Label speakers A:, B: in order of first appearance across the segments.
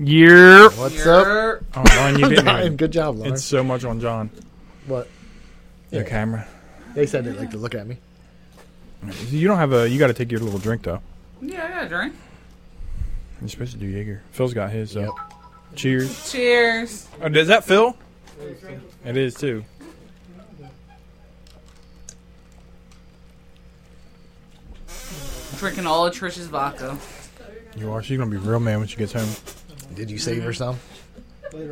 A: Year.
B: What's up?
A: Oh, Lauren, you beat me.
B: Ryan, good job, Lauren.
A: It's so much on John.
B: what
A: Your
B: Yeah.
A: camera.
B: they said they like to look at me.
A: You don't have a. You got to take your little drink though.
C: Yeah, I got a drink.
A: You're supposed to do Jaeger. Phil's got his. So.
B: Yep.
A: Cheers.
C: Cheers.
A: Oh, is that Phil? It is too.
C: Drinking all of Trish's vodka.
A: You are. She's gonna be real mad when she gets home.
B: Did you save her some?
A: You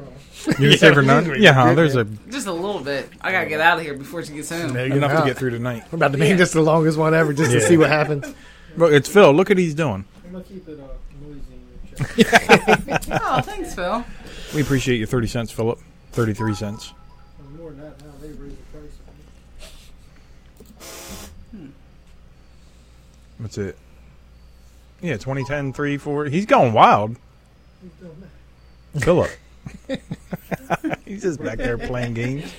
A: can save her none. Yeah, huh? There's a.
C: Just a little bit. I gotta get out of here before she gets home.
B: There you
A: Enough
B: go.
A: to get through tonight.
B: We're about to make this the longest one ever just to
A: Yeah.
B: see what happens.
A: Look, it's Phil. Look what he's doing.
D: I'm gonna keep it uh, noisy in your chat.
C: Oh, thanks, Phil.
A: We appreciate your thirty cents, Philip. Thirty-three cents.
D: And More than that, now they raise the price. on it.
A: That's it. Yeah, 2010, 3, 4. He's going wild.
D: Who's doing that?
A: Philip. he's just back there playing games.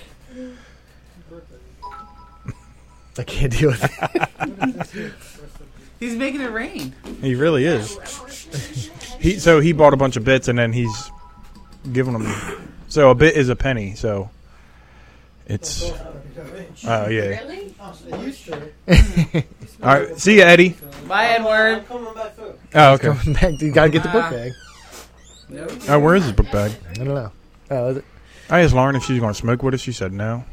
D: Birthday.
B: I can't deal with it.
C: He's making it rain.
A: He really is. He so he bought a bunch of bits and then he's giving them. So a bit is a penny. So it's oh yeah.
C: Really?
D: It used to.
A: All right, see you, Eddie.
C: Bye, Edward.
D: coming back through.
A: Oh okay.
B: Coming back, you gotta get the book bag.
C: No.
A: Oh, where is his book bag?
B: I don't know. Oh, is it?
A: I asked Lauren if she was going to smoke with us. She said no.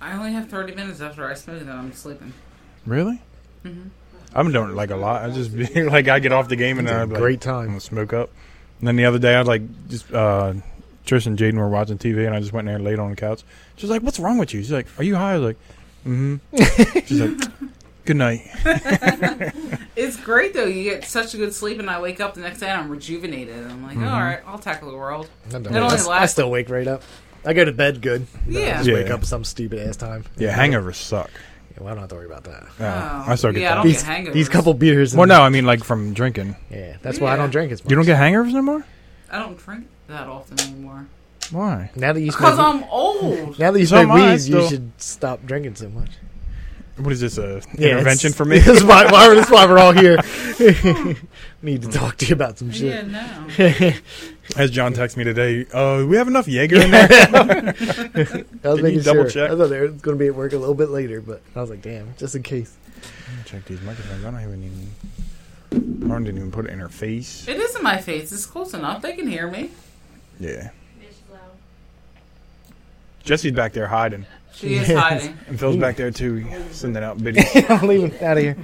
C: I only have 30 minutes after I smooth and I'm sleeping.
A: Really?
B: Mm-hmm.
A: I've been doing it like a lot. I just be like I get off the game and then
B: It's a
A: I'd be
B: great
A: like, I'm
B: time.
A: gonna smoke up. And then the other day I'd like just uh Trish and Jaden were watching TV and I just went in there and laid on the couch. She's like, "What's wrong with you?" She's like, "Are you high?" I was like, "Mm-hmm." She's like, "Good night."
C: It's great, though. You get such a good sleep, and I wake up the next day and I'm rejuvenated. And I'm like,
B: Mm-hmm.
C: "All right, I'll tackle the world.
B: I, don't
C: It
B: know.
C: only
B: I s- I
C: lasts-
B: still wake right up. I go to bed good. but I
C: Yeah.
B: just wake
A: Yeah.
B: up some stupid ass time.
A: Yeah, hangovers suck.
B: Yeah, well, I don't have to worry about that.
A: Uh,
C: Oh.
A: I still get
C: Yeah, I
A: that.
C: don't
B: These,
C: get hangovers.
B: these couple beers. and-
A: Well, no, I mean like from drinking.
B: Yeah, that's why I
C: Yeah.
B: don't drink as much.
A: You don't get hangovers no more.
C: I don't drink that often anymore.
A: Why?
B: Now that you
C: Because
B: smoke,
C: I'm old.
B: now that you
A: So
B: smoke
A: am I
B: weed, you
A: still.
B: should stop drinking so much.
A: What is this a
B: Yeah,
A: intervention
B: it's-
A: for me?
B: this is why, why, this is why we're all here. Need to talk to you about some
C: Yeah,
B: shit.
C: no.
A: As John texted me today, uh, we have enough Jaeger in there.
B: I was
A: Did you
B: making
A: double
B: sure.
A: check?
B: I thought they were going to be at work a little bit later, but I was like, damn, just in case.
A: Check these microphones. I don't even even. Lauren didn't even put it in her face.
C: It is in my face. It's close enough. They can hear me.
A: Yeah. Jesse's back there hiding,
C: She is hiding.
A: and Phil's back there too, sending out biddies.
B: I'm leaving out of here.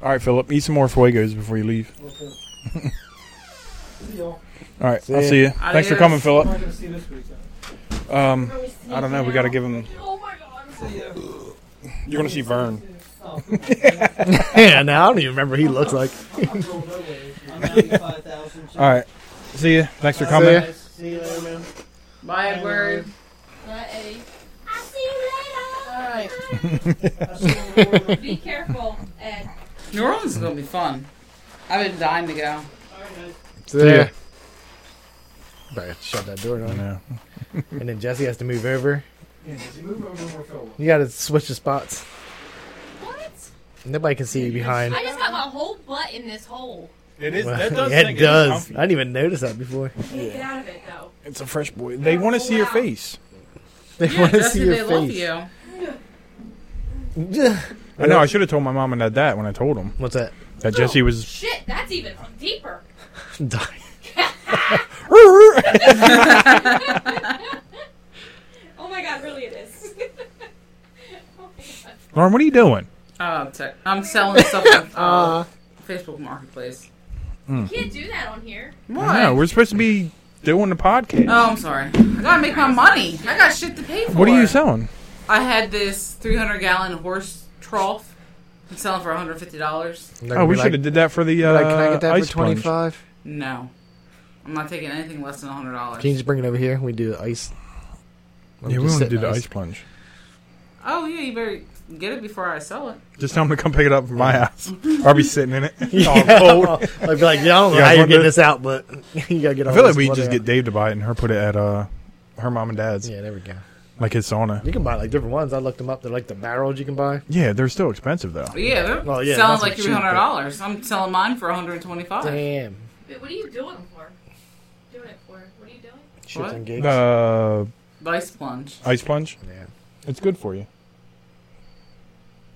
A: All right, Philip, eat some more fuegos before you leave.
D: Okay. See y'all.
A: All right,
B: See
A: I'll
B: ya.
A: see you. Thanks for
C: Adios.
A: coming,
D: I'm
A: Philip.
D: not gonna see this weekend.
A: Um, I don't know. We got to give him.
E: Oh my god.
D: See ya.
A: You're gonna see Vern.
D: Oh, I'm
B: Yeah, now I don't even remember what he looks like.
D: going nowhere. I'm 95,000.
A: All right, see you. Thanks for
D: All
A: coming.
D: right, See you later, man.
C: Bye, Edward.
E: Not Eddie.
F: I'll see you later.
E: Alright.
D: I'll see you in the morning.
E: Be careful, Ed.
C: New Orleans is going to be fun. I've been dying to go.
D: All right, guys.
B: So there. Better shut that door
A: I
B: down.
A: know.
B: And then Jesse has to move over.
D: Yeah, just move over more Phil.
B: You got to switch the spots.
E: What?
B: Nobody can see you behind.
E: I just got my whole butt in this hole.
A: It is.
B: Well, yeah, it does. I didn't even notice that before.
E: Get out of it, though.
A: It's a fresh boy. They want to see your face.
B: They
C: Yeah,
B: want to
C: Jesse,
B: see
C: they
B: your
C: love
B: face.
C: you.
A: I know. I should have told my mom and dad that when I told them
B: What's that?
A: that Jesse was.
E: Shit, that's even deeper.
B: Die.
E: Oh my god, really it is. oh my god.
A: Lauren, what are you doing?
C: Oh, I'm, tech- I'm selling stuff on uh, Facebook Marketplace.
E: You can't do that on here.
C: Why?
A: No, we're supposed to be doing the podcast.
C: Oh, I'm sorry. I gotta make my money. I got shit to pay for.
A: what are you selling?
C: I had this 300 gallon horse trough. I'm selling for 150 dollars.
A: Oh, we should have did that for the uh,
B: can I get that
A: ice
B: for
A: plunge.
B: twenty five?
C: No, I'm not taking anything less than 100 dollars.
B: Can you just bring it over here? We do the ice. Let me
A: Yeah, we want
B: just
A: to
B: sit
A: do
B: in
A: the ice plunge.
C: Oh yeah, you better get it before I sell it.
A: Just tell him to come pick it up from my house. I'll be sitting in it. Oh, It's all
B: Yeah.
A: cold.
B: I'd be like, yeah, I don't know
A: Yeah,
B: how
A: I
B: you're
A: wonder-
B: getting this out, but you gotta get.
A: I
B: all
A: feel like
B: this
A: we
B: water
A: just
B: out.
A: get Dave to buy it and her put it at uh, her mom and dad's,
B: Yeah, there we go.
A: like his sauna.
B: You can buy like different ones. I looked them up. They're like the barrels you can buy.
A: Yeah, they're still expensive though.
C: But yeah, they're
B: Well, yeah,
C: selling
B: that's
C: like
B: cheap,
C: 300 dollars. I'm selling mine for 125.
B: Damn.
E: Wait, what are you doing for? Doing it for? What are you doing?
B: Shits
C: What?
B: and gigs.
A: Uh,
C: Vice plunge.
A: ice plunge.
B: yeah.
A: It's good for you.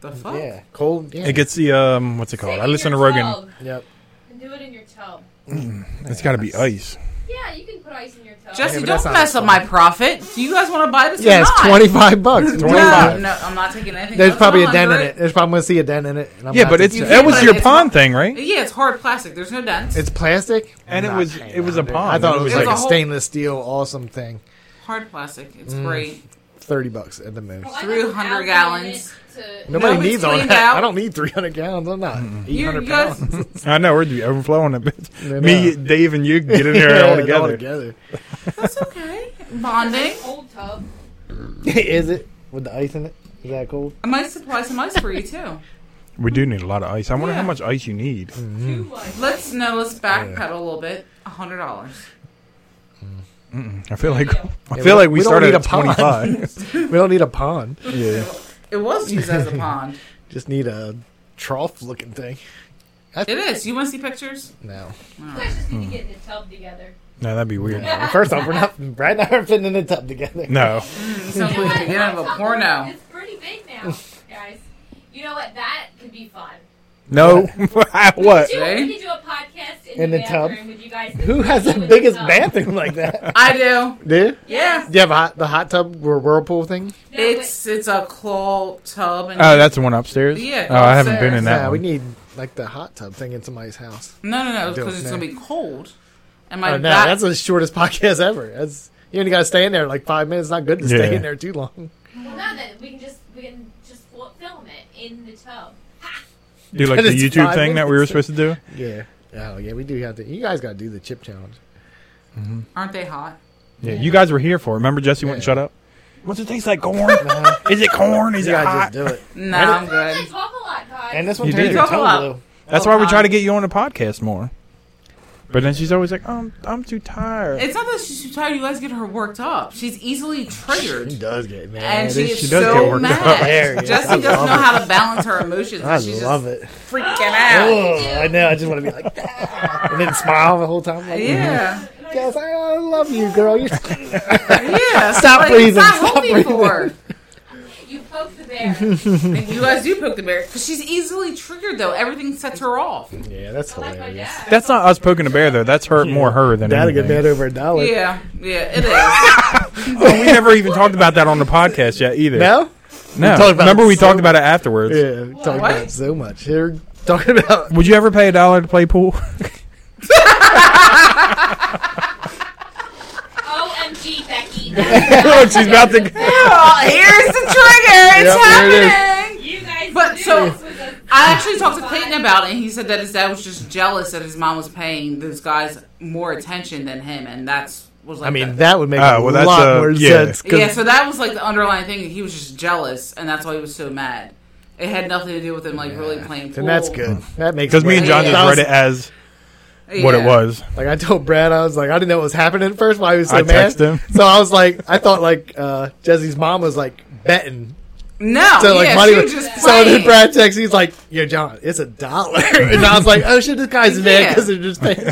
C: The fuck?
B: Yeah. Cold. Yeah.
A: It gets the um, what's it
E: Sit
A: called? I
E: in
A: listen to
E: your
A: Rogan.
E: tub
B: Yep.
E: And do it in your tub.
A: It's got to be ice.
E: Yeah, you can put ice in your tub.
C: Jesse,
B: Yeah, but that's
C: don't
B: not
C: mess up
B: fun.
C: my profit. Do you guys want to buy this?
B: Yeah,
C: or
B: it's
C: not?
B: twenty five bucks. Twenty
C: No,
B: five.
C: no, I'm not taking anything.
B: There's
C: less
B: probably
C: than
B: a dent in
C: 100.
B: it. There's probably I'm gonna see a dent in it. And I'm
A: Yeah,
B: not
A: but it's
B: taking
C: can't
A: that was
C: put
A: your
C: it-
A: pond thing, right?
C: Yeah, it's hard plastic. There's no dents.
B: It's plastic,
A: And it
B: Not
A: was-
B: paying
A: it was a
B: 100.
A: pond.
B: I thought
A: It
B: it
A: was
B: was like
C: a
B: a
C: whole-
B: stainless steel, awesome thing.
C: hard plastic. It's
B: Mm,
C: great.
B: Thirty bucks at the most.
E: Well, I have
C: 300
E: algae in
C: gallons.
E: it To,
B: Nobody
C: No, it's
B: needs all
C: cleaned
B: that.
C: out.
B: I don't need three hundred gallons. I'm not
A: Mm-hmm.
B: eight
C: You, you
B: hundred
C: guys,
B: pounds.
A: I know we're the overflow on that bitch.
B: Yeah,
A: Me,
B: no.
A: Dave, and you get in there
B: Yeah,
A: all
B: it's
A: together.
B: together.
C: that's okay. Bonding.
E: Old tub.
B: Is it with the ice in it? Is that cool?
C: I might supply some ice for you too.
A: We do need a lot of ice. I wonder
C: Yeah.
A: how much ice you need.
B: Mm.
E: Two what?
C: Let's no, let's backpedal a little bit. A hundred dollars.
A: I feel like
E: Yeah.
A: I
B: Yeah,
A: feel
B: we-
A: like we,
B: we don't
A: started
B: need
A: at
B: a pond.
A: twenty five.
B: We don't need a pond.
A: yeah,
C: It was used as a pond.
B: Just need a trough looking thing.
C: It is. You want to see pictures?
B: No.
C: Hmm.
E: You guys just need to get in the tub together.
A: no, that'd be weird.
B: No. First off, we're not Brad and I are fitting in the tub together.
A: No,
C: It sounds like the beginning of a
E: Tub
C: porno.
E: It's pretty big now, guys. You know what? That could be fun.
A: no, what?
E: Do you
C: See?
E: want me to do a podcast in,
B: In
E: the,
B: the tub?
E: bathroom with you guys?
B: Who has the
E: With
B: biggest
E: tub?
B: bathroom like that?
C: I do.
B: Dude,
C: Yeah.
B: do you have a hot, the hot tub or whirlpool thing?
E: No, wait.
C: It's it's a claw tub and
A: Oh, that's the one upstairs.
C: Yeah,
A: oh, I haven't been
C: upstairs.
A: in that.
B: Nah,
A: one.
B: we need like the hot tub thing in somebody's house.
C: no no no
B: Don't
C: because it's
B: know.
C: gonna be cold. And
B: Oh,
C: my
B: no,
C: back-
B: that's the shortest podcast ever. That's you only got to stay in there like five minutes. It's not good to stay
A: Yeah.
B: in there too long.
E: Well, no, then we can just we can just fil- film it in the tub.
A: do like the
B: It's
A: YouTube
B: five
A: thing that we were
B: minutes.
A: supposed to do.
B: Yeah. Oh yeah, we do have to. You guys got to do the chip challenge.
C: aren't they hot?
A: Yeah, you guys were here for. it. Remember, Jesse wouldn't
B: Yeah.
A: shut up. What's it taste like? Corn? Is it corn? Is
B: You
A: it
B: got to
A: hot?
B: just do it.
C: No, I'm
E: I
C: good.
E: talk a lot, guys.
B: And this one
A: You
B: turns
A: do.
B: your
C: Talk a lot.
B: tongue blue.
A: That's why we try to
C: Um,
A: get you on the podcast more. But then she's always like, "I'm I'm too tired."
C: It's not that she's too tired. You guys get her worked up. she's easily triggered.
B: She does get mad.
C: and she gets
A: she does get
C: so
A: worked
C: mad.
A: up.
B: Hilarious.
C: Jesse
B: I
C: doesn't know
B: love it.
C: how to balance her emotions.
B: I
C: she's
B: love
C: just
B: it.
C: freaking out.
B: Oh, I know. I just want to be like, "Ah," and then smile the whole time. Like, "Mm-hmm.
C: Yeah,
B: Yes, I, I love you, girl. You're
C: yeah.
B: Stop breathing,
C: Stop,
B: stop
C: hoping
B: breathing.
C: for.
E: You poke the bear.
C: her. And you guys do poke the bear because she's easily triggered. Though everything sets her off.
B: yeah, that's
E: like my
B: hilarious.
E: dad.
A: That's not us poking a bear though. That's her more her than
B: That'll get
A: anything.
B: mad over a dollar.
C: Yeah, yeah, it is.
A: Oh, we never even talked about that on the podcast yet either.
B: No,
A: no.
B: talked about
A: Remember
B: it
A: we
B: so-
A: talked about it afterwards.
B: yeah, we talking
C: What?
B: about it so much. You're talking about
A: Would you ever pay a dollar to play pool?
E: OMG, Becky.
B: what she's about to. go.
C: Oh, here's the trigger. It's
B: Yep, there it is.
C: happening.
E: you guys.
C: But
E: do
C: so-
E: this with us.
C: I actually talked to Clayton about it, and he said that his dad was just jealous that his mom was paying those guys more attention than him, and that's was like.
B: I mean,
C: the-
B: that would make
A: Ah,
B: a
A: well, that's,
B: lot
A: uh,
B: more
A: yeah.
B: sense. 'cause
C: yeah. So that was like the underlying thing. He was just jealous, and that's why he was so mad. It had nothing to do with him like really playing. Pool.
B: then that's good. That makes
A: Because me and John
C: Yeah.
A: just read it as what
C: Yeah.
A: it was.
B: Like I told Brad, I was like, I didn't know what was happening at first. Why he was so
A: I
B: mad?
A: texted him.
B: So I was like, I thought like uh, Jesse's mom was like betting.
C: No,
B: So like
C: Oh, yeah,
B: money.
C: she was
B: Was,
C: just
B: so
C: playing.
B: then Brad texts, he's like, "Yo, John, it's a dollar." And I was like, "Oh shit, this guy's mad
C: Yeah.
B: because they're just paying."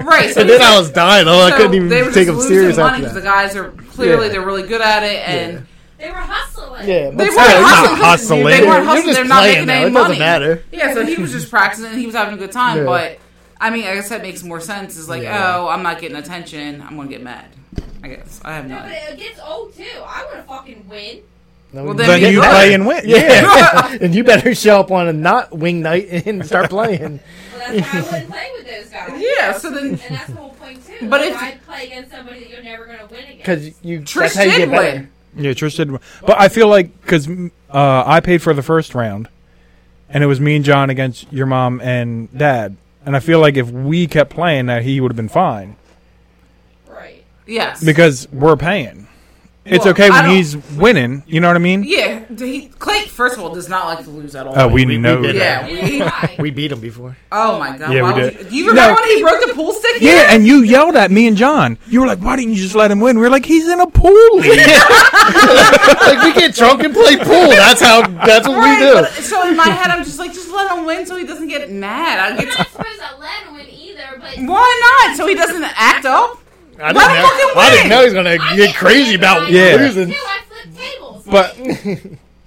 C: right? So
B: And then
C: he's
B: I
C: like-
B: was dying. Oh, I
C: so
B: couldn't
C: they were
B: even take
C: just
B: him
C: losing
B: serious
C: money
B: after
C: 'cause The
B: that.
C: guys are clearly
B: Yeah.
C: they're really good at it, and
E: They were hustling.
B: Yeah,
C: They
B: but
C: weren't
B: still, you're
C: hustling.
B: not
C: They
B: hustling.
C: weren't
B: You're
C: hustling.
B: just
C: They're not
B: playing
C: making
B: now.
C: any
B: It doesn't
C: money.
B: matter.
C: Yeah, so he was just practicing and he was having a good time,
B: Yeah.
C: but I mean, I guess that makes more sense. It's like,
B: Yeah.
C: oh, I'm not getting attention. I'm gonna get mad. I guess I have
E: No,
C: no.
E: but
C: idea.
E: it gets old too. I want to fucking win.
B: No,
C: Well,
B: we-
C: then
A: Then
C: we
A: you
C: good.
A: play and win. Yeah.
B: yeah, and you better show up on a not wing night and start playing.
E: Well, that's why I wouldn't play with those guys.
C: Yeah, so then
E: And that's the whole point too.
C: But
E: But if
C: if-
E: I play against somebody that you're never going to win against,
B: Because you,
C: Trish
B: that's how you
C: did
B: get better.
C: win.
A: Yeah, Trish did. But I feel like because uh, I paid for the first round, and it was me and John against your mom and dad. And I feel like if we kept playing, that he would have been fine
E: right?
C: Yes.
A: because we're paying. It's
C: Well,
A: okay
C: I
A: when
C: don't-
A: he's winning. You know what I mean?
C: yeah, he, Clay first of all does not like to lose at all.
A: Oh, we,
B: We- we
A: know.
B: did
A: that.
C: yeah.
E: We
C: We,
E: didn't try.
B: We beat him before.
C: oh my god.
A: Yeah,
C: why
A: we
C: would
A: did.
C: you- Do you remember
A: No.
C: when he broke the pool stick?
A: Yeah, and you yelled at me and John. You were like, "Why didn't you just let him win?" We were like, "He's in a pool league."
B: like we get drunk and play pool. That's how. That's what
C: Right,
B: we do.
C: but- so in my head, I'm just like, just let him win so he doesn't get mad. I
E: You're
C: get
E: not supposed to let him win either, but
F: it.
C: Why not? So he doesn't act up.
B: I
C: Let
B: didn't,
C: him
B: know,
C: fucking
B: I
C: win.
B: didn't know he's gonna
F: I
B: get
F: did.
B: crazy about
F: I
A: Yeah.
F: did,
B: losing.
F: too. I flipped tables.
A: But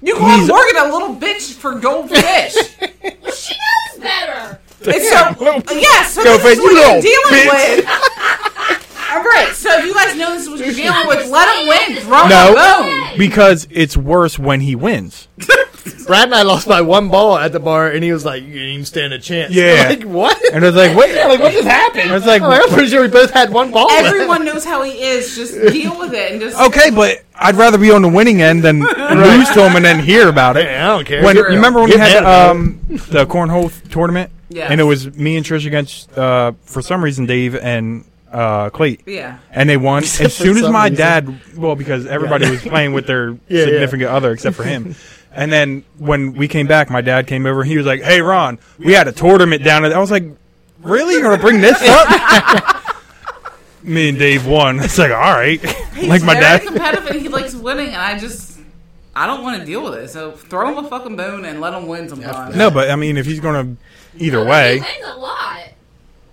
C: You call
A: He's-
C: Morgan a little bitch for goldfish.
F: Well, she knows better.
C: It's so uh, yeah, so
B: Go
C: this
B: Fed,
C: is
B: you
C: what
B: little
C: you're dealing
B: bitch.
C: with. All right, so if you guys know this is what you're dealing with, let him win. Throw
A: No.
C: him a bone.
A: because it's worse when he wins.
B: Brad and I lost by one ball at the bar, and he was like, "You didn't even stand a chance."
A: Yeah.
B: like what?
A: And it's like, wait,
B: like what just happened?
A: It's like-
B: I'm, I'm pretty sure we both had one ball. left.
C: Everyone knows how he is. Just deal with it and just.
A: okay, but I'd rather be on the winning end than lose to him and then hear about it.
B: Yeah, I don't care.
A: When you
C: True.
A: remember when we
B: Get mad
A: had
B: about
A: um, the cornhole tournament,
C: Yes.
A: and it was me and Trish against uh, for some reason Dave and uh, Clayt.
C: Yeah.
A: And they won.
B: Except
A: As soon
B: for
A: as
B: some
A: my
B: reason.
A: dad, well, because everybody was playing with their
B: yeah.
A: significant other except for him. And then when we came back, my dad came over. He was like, "Hey, Ron, we had a tournament down." at-" I was like, "Really? You're gonna bring this up?" Me and Dave won. It's like, all right,
C: He's
A: like my
C: very
A: dad.
C: competitive and he likes winning, and I just I don't want to deal with it. So throw him a fucking bone and let him win sometimes.
A: No, but I mean, if he's gonna, either
F: Well, He
A: way,
F: wins a lot.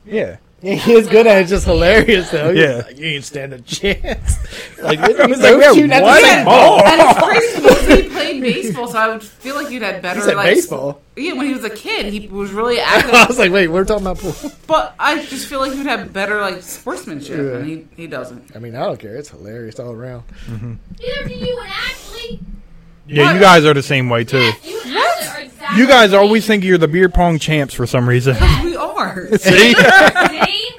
A: yeah.
B: Yeah, he is good at it. It's just hilarious though. He's
A: Yeah.
B: like, you didn't stand a chance. like,
A: I was
B: like,
A: like, yeah,
B: shooting at the
A: what?
B: same
C: Yeah.
B: ball.
C: And it's crazy because he played baseball, so I would feel like you'd had better
B: He said
C: like
B: baseball.
C: Yeah, when he was a kid, he was really
B: I
C: active.
B: was like, wait, we're talking about pool.
C: but I just feel like you'd have better like sportsmanship,
B: Yeah.
C: and he, he doesn't.
B: I mean, I don't care. It's hilarious all around.
F: Neither do you and Ashley.
A: Yeah, you guys are the same way too.
F: Yes, you and Ashley are exactly
A: You guys
F: the
A: always think you're the beer pong champs for some reason.
C: We are.
A: See,
F: same. See?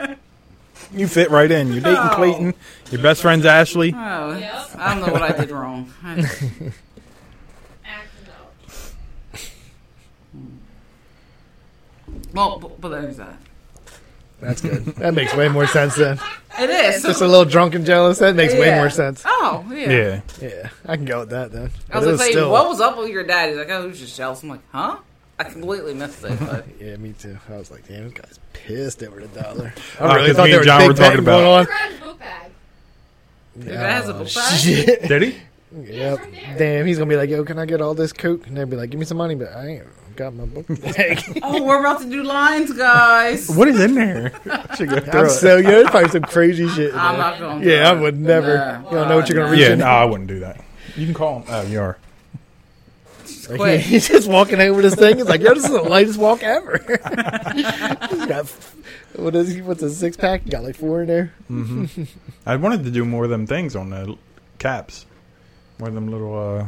A: you fit right in. You're dating
C: Oh.
A: Clayton. Your best friend's Ashley.
C: Oh,
F: Yep.
C: I don't know what I did wrong. I-
F: Acting up.
C: well, b- but there's that.
B: That's good. That makes way more sense then.
C: It is.
B: Just a little drunk and jealous. That makes way
C: Yeah.
B: more sense.
C: Oh, yeah.
A: Yeah. Uh,
B: Yeah, I can go with that then.
C: I
B: But it
C: was like,
B: still-
C: what was up with your dad? He's like, oh, he was just jealous. I'm like, huh? I completely missed it. But
B: Yeah, me too. I was like, damn, this guy's pissed over the dollar.
A: Uh,
B: I really
A: 'cause
B: thought
A: me and
B: there was
A: John
B: big
A: were talking
B: betting
A: about-
B: going on.
F: Grab his book bag.
C: Your dad has a
B: Oh,
C: book bag?
B: shit.
A: Did he?
F: Yeah,
B: Yep.
F: it's right there.
B: Damn, he's gonna be like, "Yo, can I get all this coke?" And they'll be like, "Give me some money," but I ain't got my book. bag."
C: oh, we're about to do lines, guys.
A: What is in there? Should go through
B: I'm
A: it.
B: so yeah, it's probably some crazy shit. in
C: I'm
B: there.
C: not going.
B: yeah, I would never. You don't know what you're gonna reach.
A: yeah,
B: in.
A: no, I wouldn't do that. You can call him. Oh, you are.
B: Like,
C: Quit.
B: he's just walking over this thing. It's like, yo, this is the lightest walk ever. he's got what is he? What's a six pack? You got like four in there.
A: I wanted to do more of them things on the l- caps. More of them little. uh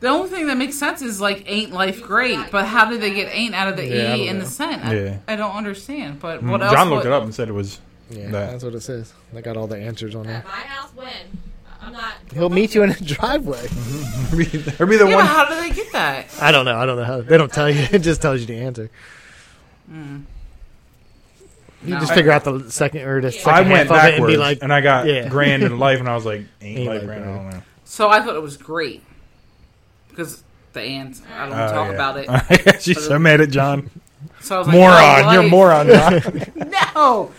C: The only thing that makes sense is like ain't life great, but how did they get ain't out of the
B: Yeah, I
C: e
B: don't
C: and the
B: know.
C: cent? I,
A: Yeah.
C: I don't understand. But
A: mm,
C: what else?
A: John looked
C: would-
A: it up and said it was.
B: Yeah,
A: That.
B: that's what it says. They got all the answers on
F: At
B: there.
F: my house when I'm not.
B: He'll meet you in the driveway.
A: Or be the
C: Yeah, but
A: one.
C: how do they get that?
B: I don't know. I don't know how. They don't tell you. It just tells you the answer. You
C: Hmm. No.
B: just figure out the second or the second
A: I went
B: half of it and
A: backwards
B: be
A: and,
B: like,
A: I got
B: yeah.
A: grand in life, and I was like, ain't,
B: Ain't
A: life
B: life
A: grand. I
B: grand.
A: don't know.
C: So I thought it was great because the ants. I don't want to
A: Oh,
C: talk
A: yeah.
C: about it.
A: She's so mad at John.
C: So I was like,
A: moron,
C: oh,
A: you're a
C: life-
A: moron. John.
C: No.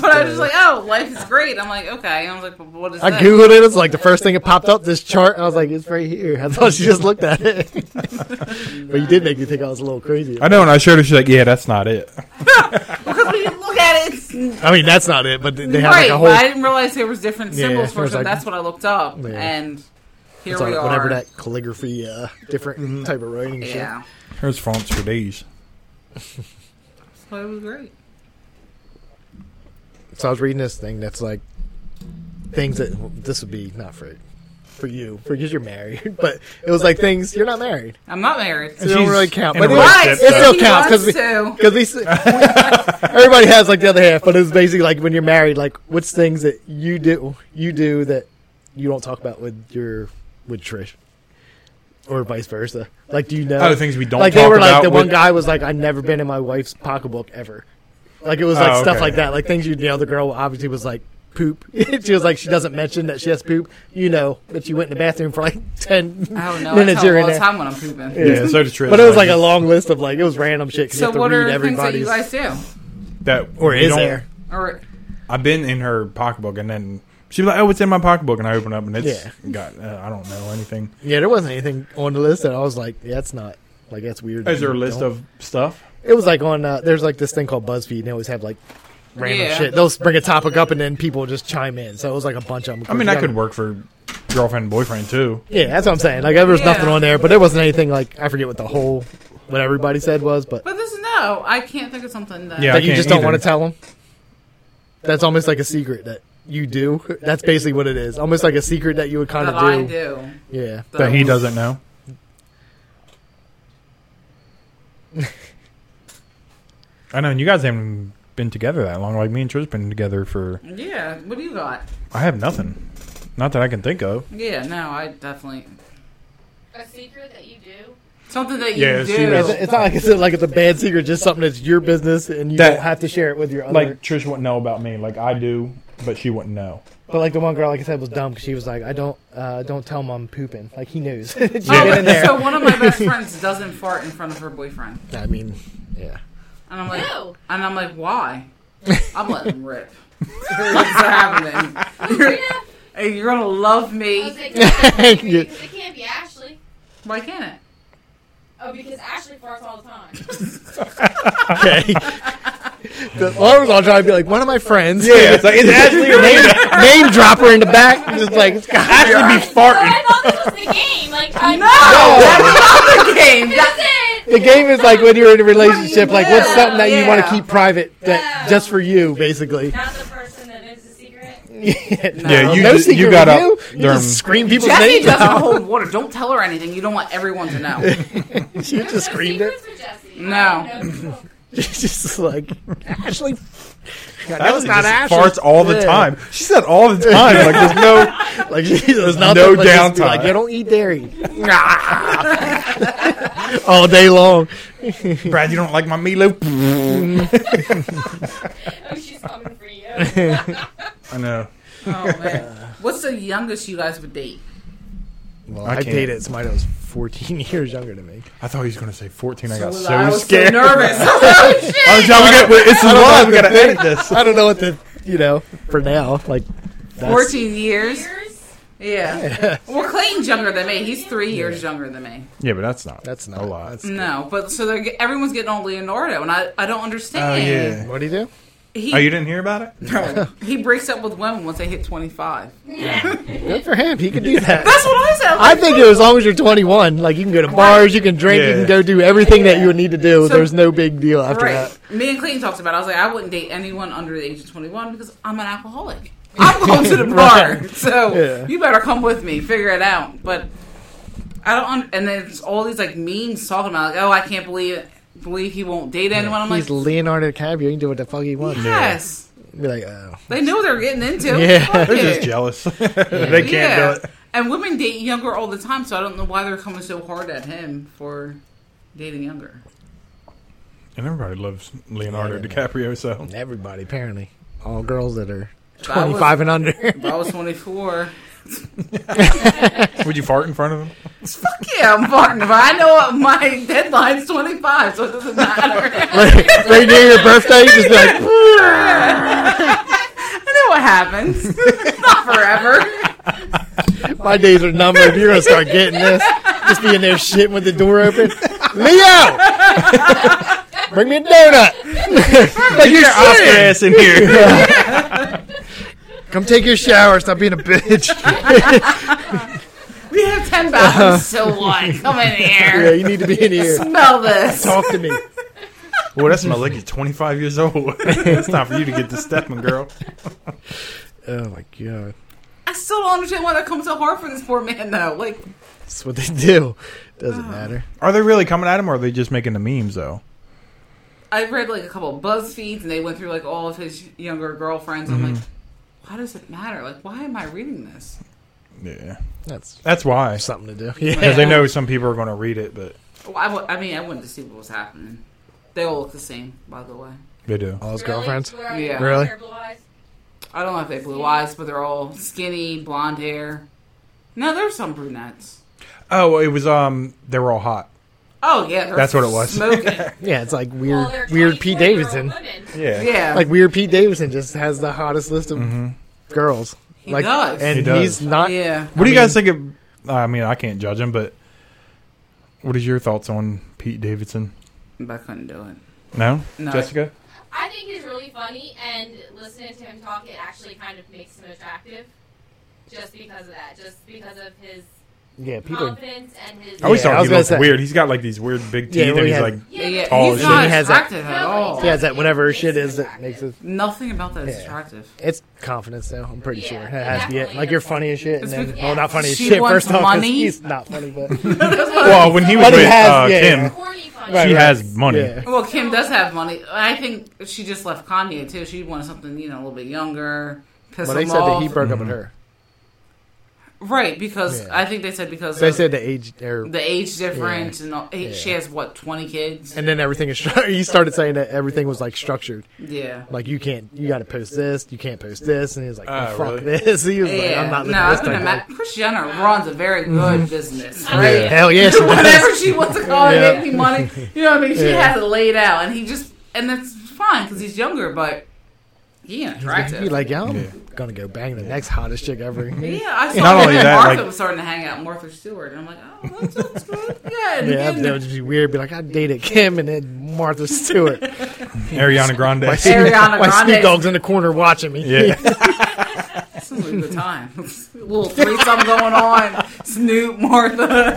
C: But I was just like, oh, life is great. I'm like, okay. I was like, but what is
B: I
C: that?
B: googled it. It's like the first thing that popped up. This chart. I was like, it's right here. I thought she just looked at it. but you did make me think I was a little crazy.
A: I know, and I showed her. She's like, yeah, that's not it.
C: Because we didn't look at it. It's-
B: I mean, that's not it. But they have like
C: right,
B: a
C: but I
B: whole.
C: didn't realize there was different
B: Yeah,
C: symbols for
B: there's
C: so
B: like-
C: that's what I looked up.
B: Yeah.
C: And here
B: It's
C: we
B: like
C: are.
B: whatever that calligraphy, uh, different type of writing.
C: yeah.
A: There's fonts for days.
C: So it was great.
B: Shit. So I was reading this thing that's like things that this would be not for for you because you're married, but it was like things you're not married.
C: I'm not married.
B: So it don't
A: She's
B: really count.
A: in a
B: But it,
A: relationship,
B: it
A: so-
B: still
C: He
B: counts because we,
C: wants to.
B: cause we s- everybody has like the other half, but it's basically like when you're married, like what's things that you do you do that you don't talk about with your with Trish. Or vice versa. Like, do you know?
A: Other things we don't
B: like
A: talk
B: they were like
A: about
B: the one
A: with-
B: guy was like, "I've never been in my wife's pocketbook ever." Like it was like
A: Oh,
B: stuff
A: okay.
B: like that, like things you know. The girl obviously was like poop. she was like she doesn't mention that she has poop. You know that you went in the bathroom for like ten
C: I don't know. I
B: minutes.
C: tell
B: You're in
C: him all the
B: there.
C: time when I'm pooping.
A: Yeah, so does Trish.
B: But it was like a long list of like it was random shit. 'cause
C: So
B: you have
C: what
B: to read
C: are things that you
B: everybody's.
C: guys do?
A: that
B: or
A: you
B: is
A: don't-
B: there?
C: Or
A: I've been in her pocketbook, and then she was like, "Oh, it's in my pocketbook," and I open up, and it's
B: Yeah.
A: got uh, I don't know anything.
B: Yeah, there wasn't anything on the list that I was like, yeah, that's not like that's weird.
A: Is there a
B: You
A: list
B: don't-
A: of stuff?
B: It was like on uh, there's like this thing called BuzzFeed, and they always have like random
C: Yeah.
B: shit. They'll bring a topic up and then people will just chime in. So it was like a bunch of them.
A: I mean, I could work for girlfriend and boyfriend too.
B: Yeah, that's what I'm saying. Like there was
C: Yeah.
B: nothing on there, but there wasn't anything like I forget what the whole what everybody said was, but
C: But this no, I can't think of something that.
A: Yeah. I
B: that you
A: can't
B: just don't
A: either.
B: want to tell them. That's almost like a secret that you do. That's basically what it is. Almost like a secret that you would kind
C: that I
B: of do.
C: do.
B: Yeah.
A: That he doesn't know. I know, and you guys haven't been together that long. Like me and Trish been together for
C: Yeah. What do you got?
A: I have nothing, not that I can think of.
C: Yeah. No, I definitely
F: A secret that you do?
C: something that you
A: Yeah, she
C: do.
A: knows.
B: It's, it's not like it's, like it's a bad secret, just something that's your business and you
A: That-
B: don't have to share it with your other.
A: Like Trish wouldn't know about me. Like I do, but she wouldn't know.
B: but like the one girl, like I said, was dumb 'cause she was like, "I don't, uh, don't tell mom I'm pooping." Like he knows. she
A: Yeah.
B: been in there.
C: Oh, So one of my best friends doesn't fart in front of her boyfriend,
B: I mean, yeah.
C: and I'm like,
F: No.
C: and I'm like, why? I'm letting rip. What's happening? You're, hey, you're gonna love
F: I was
C: me.
F: like, because it can't be Ashley.
C: Why can't it?
F: Oh, because Ashley farts all the time.
B: Okay. The- well, I was all trying to be like one of my friends.
A: Yeah, it's like it's Ashley or
B: name, name dropper in the back, just like
A: Ashley be
F: So Oh, I
A: farting.
F: thought this was the game. Like, I
C: No, that's not the game. That-
F: That's it.
B: the game is like when you're in a relationship, like what's
C: Yeah,
B: something that you want to
C: yeah.
B: keep private that
F: Yeah.
B: just for you, basically.
F: Not the person that knows the secret.
A: Yeah, you
B: no
A: just-
B: secret
A: you got
B: with
A: up
B: you. You
A: during-
B: just scream people's
C: Jesse
B: names.
C: doesn't hold water. Don't tell her anything. You don't want everyone to know.
B: She just screamed it.
F: Secrets with Jesse.
C: No.
F: I don't know.
B: She's just like Ashley. God, that was
A: Ashley
B: not
A: just
B: Ashley.
A: farts all the
B: Yeah.
A: time. She said all the time. Like there's no.
B: Like she does not
A: No
B: just be
A: downtime.
B: Like you don't eat dairy all day long.
A: Brad, you don't like my meatloaf.
F: Oh, she's coming for you.
A: I know.
C: Oh man, what's the youngest you guys would date?
B: Well,
A: I
B: I,
A: can't.
B: dated somebody that was 14 years younger than me.
A: I thought he was gonna say 14. I got so,
C: I was
A: scared.
C: so nervous. oh shit!
A: Oh, John, we got, wait, it's
B: don't know
A: live. We
B: what to
A: gotta edit
B: think.
A: this.
B: I don't know what to, you know, for now. Like, that's,
C: 14 years.
F: Yours?
C: Yeah. Well, Clayton's younger than me. He's three years younger than me.
A: Yeah, but that's not.
B: That's not
A: a lot.
B: that's-
C: No, but so they're get- everyone's getting on Leonardo, and I, I don't
A: oh
C: understand.
A: yeah.
B: What do you do?
C: He,
A: Oh, you didn't hear about it?
C: he breaks up with women once they hit 25.
B: Good for him. He can do that.
C: That's what I said.
B: I think as long as you're 21, like you can go to bars, you can drink, you
A: Yeah.
B: can go do everything that you would need to do.
C: So-
B: There's no big deal after
C: right.
B: that.
C: Me and Clayton talked about. it. I was like, I wouldn't date anyone under the age of 21 because I'm an alcoholic. I'm going to the bar, so
B: Yeah.
C: you better come with me. Figure it out. But I don't. un- And then it's all these like memes talking about like, oh, I can't believe it. Believe he won't date anyone. I'm
B: He's
C: like,
B: Leonardo DiCaprio. He can do what the fuck he wants.
C: yes.
B: Be like, oh.
C: They know they're getting into.
B: Yeah.
C: Fuck
A: They're
C: it.
A: just jealous. they can't
C: Yeah.
A: do it.
C: And women date younger all the time, so I don't know why they're coming so hard at him for dating younger.
A: And everybody loves Leonardo
B: Yeah, yeah.
A: DiCaprio, so
B: Everybody, apparently. All girls that are
C: If I was-
B: 25 and under.
C: If I was 24.
A: would you fart in front of him?
C: Fuck yeah, I'm farting. If I know what my deadline's 25, so it doesn't matter.
B: right near your birthday, you just be like,
C: I know what happens. It's not forever.
B: My days are numbered. You're gonna start getting this. Just be in there shitting with the door open. Leo, bring me a donut. like
A: Get
B: you're
A: your Oscar
B: serious.
A: ass in here.
B: Come take your shower. Stop being a bitch.
C: We have 10 ballots, so what? Come in
B: Uh-huh. yeah,
C: here.
B: you need to be in here.
C: Smell this.
B: Talk to me.
A: well, that's my lucky 25 years old. it's time for you to get the stepping, girl.
B: Oh my god,
C: I still don't understand why that comes so hard for this poor man, though. Like,
B: that's what they do. Doesn't matter.
A: Are they really coming at him, or are they just making the memes though?
C: I read like a couple of BuzzFeeds, and they went through like all of his younger girlfriends.
B: Mm-hmm.
C: I'm like, why does it matter? Like, why am I reading this?
A: Yeah,
B: That's
A: that's why.
B: something to do. Yeah.
A: Because they know some people are going to read it, but
C: Well, I, w- I mean, I wanted to see what was happening. They all look the same, by the way.
A: they do.
B: All his girlfriends.
F: Where are you?
C: Yeah.
B: Really?
F: Blue eyes?
C: I don't know if they blue eyes, but they're all skinny, blonde hair. No, there's some brunettes.
A: Oh, well, it was um, they were all hot.
C: Oh yeah, they're
A: That's what it was.
C: Smoking.
B: Yeah, it's like
F: Well,
B: weird,
F: they're
B: weird Pete
F: 24-year-old
B: Davidson.
F: women.
A: Yeah,
C: yeah,
B: Like weird Pete Davidson just has the hottest list of Mm-hmm. girls.
C: He
B: like,
C: does.
B: and
A: He does.
B: he's not.
C: yeah.
A: What do you guys think of? I mean, I can't judge him, but what is your thoughts on Pete Davidson?
C: I couldn't do it.
A: No,
C: No.
A: Jessica.
F: I think he's really funny, and listening to him talk, it actually kind of makes him attractive. Just because of that, just because of his
B: Yeah, people. are-
F: confidence and his.
A: I always
B: Yeah, I
A: thought
B: was
A: he
B: gonna
A: looked
B: say-
A: weird. He's got like these weird big teeth,
B: Yeah, well,
A: and
B: he
A: he's
B: has-
A: like,
C: Yeah, yeah.
A: Tall
C: he's
A: as
C: not
A: shit. He
B: Oh, has that-
C: attractive at
F: No, he
C: all.
F: doesn't.
B: Yeah, it's that whatever shit is that makes it.
C: Nothing about that is
B: Yeah.
C: attractive.
B: It's confidence, though. I'm pretty sure
F: Yeah,
B: that has to be it.
F: definitely.
B: Like you're funny as shit, and
C: It's
B: then
C: with-
B: well, not funny as
C: She
B: shit.
C: wants
B: First off, 'cause
C: money.
B: he's not funny, but
A: well, when he was
B: But he
A: with
B: has-
A: uh,
B: yeah,
A: Kim,
B: yeah.
F: corny funny. Oh
B: Right,
A: she
B: right.
A: has money.
B: yeah,
C: Well, Kim does have money. I think she just left Kanye too. She wanted something, you know, a little bit younger. Piss
B: but they
C: him
B: said that
C: off.
B: he broke up with her.
C: right because
B: Yeah.
C: I think they said because
B: They
C: of
B: said the age, er, or,
C: the age difference and all, he-
B: Yeah.
C: she has what twenty kids.
B: and then everything is. stru- You started saying that everything was like structured.
C: yeah.
B: Like you can't, you got to post this, you can't post this, and he was like,
A: Ah,
B: "Fuck
A: really?
B: this." He was like,
C: Yeah.
B: "I'm not
C: no,
B: living
C: I
B: this
C: couldn't
B: type
C: imagine. Chris Jenner runs a very good business,
B: of
C: right?
B: life." Hell yeah, she does.
C: Whatever she wants to call it,
B: Yeah.
C: make me money. You know what I mean? She
B: Yeah.
C: has it laid out, and he just and that's fine because he's younger, but he ain't attractive.
B: Be like, "Yeah, I'm
A: Yeah.
B: gonna go bang the next hottest chick ever."
C: Yeah, I saw
A: Not
C: him
A: only
C: and
A: that,
C: Martha
A: like-
C: was starting to hang out, Martha Stewart, and I'm like, oh, that's, that's good. Yeah, and
B: Yeah,
C: yeah,
B: that would just be weird. Be like, I dated Kim and then Martha Stewart.
A: Ariana Grande.
B: My,
C: Ariana
B: my
C: Grande.
B: Snoop Dogg's in the corner watching me.
A: yeah,
C: this is a good time. a little threesome going on. Snoop, Martha.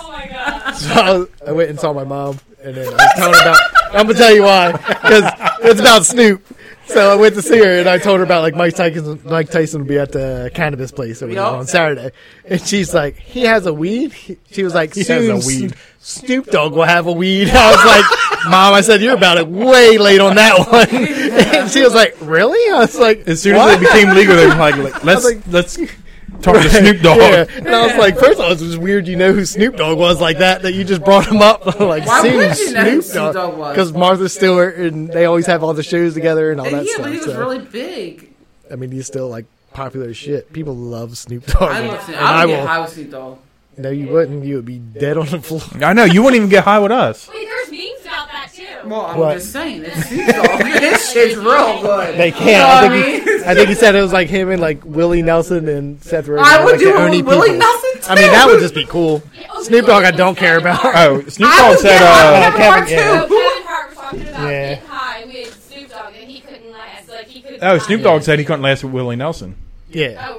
E: Oh my god.
B: So I, was- I went and saw my mom, and then I was telling her about. I'm gonna tell you why, because it's about Snoop. So I went to see her, and I told her about like Mike Tyson. Mike Tyson would be at the cannabis place over there
C: Yup.
B: on Saturday, and she's like, "He has a weed." He- She was like,
A: He has a
B: "Soon,
A: weed."
B: Snoop Dogg will have a weed." I was like, "Mom, I said you're about it way late on that one." And she was like, "Really?" I was like,
A: as soon
B: "What?"
A: as it became legal, they were like, like, let's
B: like-
A: let's talk to Snoop Dogg.
B: Yeah. And I was like, first of all, it's just weird you know who Snoop Dogg was like that, that you just brought him up. like,
C: Why
B: seeing
C: would you know who
B: Snoop
C: Snoop Dogg was?
B: Because Martha Stewart, and they always have all the shows together and all
C: yeah,
B: that
C: but he
B: stuff.
C: was
B: So,
C: really big.
B: I mean, he's still like popular as shit. People love Snoop Dogg.
C: I
B: and-
C: love Snoop.
B: and
C: I
B: I
C: would get
B: will.
C: high with Snoop Dogg.
B: No, you wouldn't. You would be dead on the floor.
A: I know you wouldn't even get high with us.
F: Wait, there's memes about that too.
C: Well, I'm
B: What?
C: just saying, it's Snoop Dogg. This shit's real good.
B: They
C: You know
B: can't.
C: what
B: I
C: I
B: think,
C: mean?
B: he, I think he said it was like him and like Willie Nelson and Seth Rogen.
C: I would
B: like
C: do
B: the
C: it
B: only
C: with Willie
B: people.
C: Nelson, too.
B: I mean, that would just be cool.
F: Oh,
B: Snoop Dogg, I don't care about.
A: Oh, Snoop
C: I
A: Dogg
C: would
A: said,
C: get
A: uh,
C: high
B: uh,
C: with Kevin,
B: Kevin-
C: Hart,
F: So
C: too.
F: Kevin Hart was talking about
B: Yeah.
F: getting high with Snoop Dogg, and he couldn't last. Like he could.
A: oh, Snoop Dogg said he couldn't last with Willie Nelson.
B: Yeah.
F: Oh,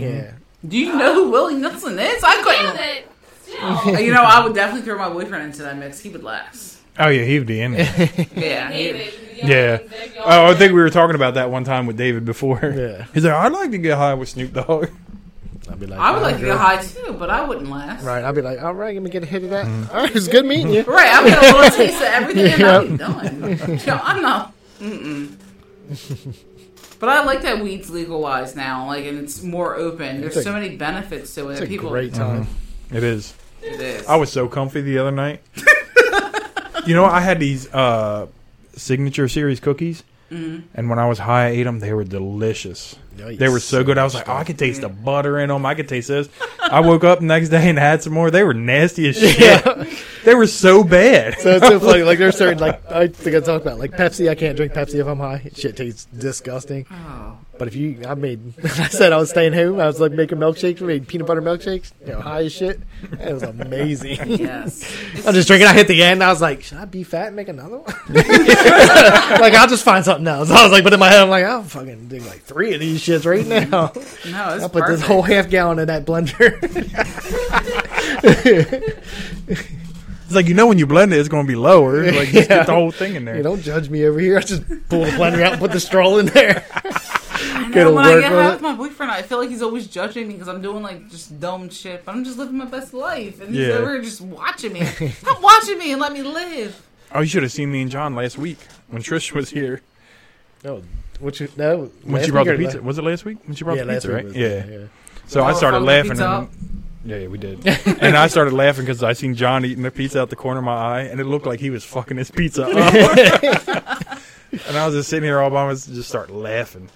B: Yeah.
C: Do you know who Willie Nelson is? I
F: Yeah,
C: couldn't.
F: but still.
C: Uh, You know, I would definitely throw my boyfriend into that mix. He would last.
A: Oh yeah, he would be in it.
C: Yeah, he
F: David, the only
A: yeah.
F: thing that y'all-
A: Oh, I think we were talking about that one time with David before.
B: Yeah.
A: He's like, I'd like to get high with Snoop Dogg.
B: I'd be like,
C: I would
B: "Oh,
C: like to
B: girl."
C: get high too, but I wouldn't last.
B: Right. I'll be like, all right, let me get a hit of that. All right, it was good meeting you.
C: Right, I'm gonna want to taste of everything and how you doing. No, I'm not. Mm-mm. But I like that weed's legalized now, like, and it's more open. There's
B: It's a-
C: so many benefits to it.
B: It's
C: that
B: a
C: people,
B: great time.
A: It is.
C: It is.
A: I was so comfy the other night. you know, I had these uh, signature series cookies, and when I was high, I ate them. They were delicious.
B: Yikes.
A: They were so good. I was like, oh, I could taste the butter in them. I could taste this. I woke up next day and had some more. They were nasty as shit. They were so bad.
B: So it's so funny. Like there's certain like I think I talked about like Pepsi. I can't drink Pepsi if I'm high. Shit tastes disgusting.
C: Oh.
B: But if you, I made. I said I was staying home. I was like making milkshakes. We made peanut butter milkshakes. You know, high as shit. It was amazing.
C: Yes.
B: I'm just drinking. I hit the end. I was like, should I be fat and make another one? like I'll just find something else. I was like, but in my head, I'm like, I'll fucking do like three of these shits right now.
C: No, it's
B: I put
C: perfect.
B: this whole half gallon in that blender.
A: It's like, you know, when you blend it, it's going to be lower. Like, just get the whole thing in there.
B: hey, don't judge me over here. I just pull the blender out and put the straw in there.
C: I know,
B: Gotta
C: when I
B: work
C: get
B: with
C: high
B: it.
C: with my boyfriend, I feel like he's always judging me because I'm doing like just dumb shit, but I'm just living my best life, and he's
A: Yeah.
C: over here just watching me. Stop watching me and let me live.
A: oh, you should have seen me and John last week when Trish was here.
B: No, what you no?
A: When she brought the pizza. Was it last week? When she brought
B: yeah,
A: the
B: last
A: pizza,
B: week
A: right?
B: was-
A: yeah. So I
C: Oh,
A: started
C: from the
A: laughing.
C: pizza
A: And,
C: up?
A: yeah, yeah, we did. and I started laughing because I seen John eating the pizza out the corner of my eye, and it looked like he was fucking his pizza up. and I was just sitting here all by myself, just start laughing.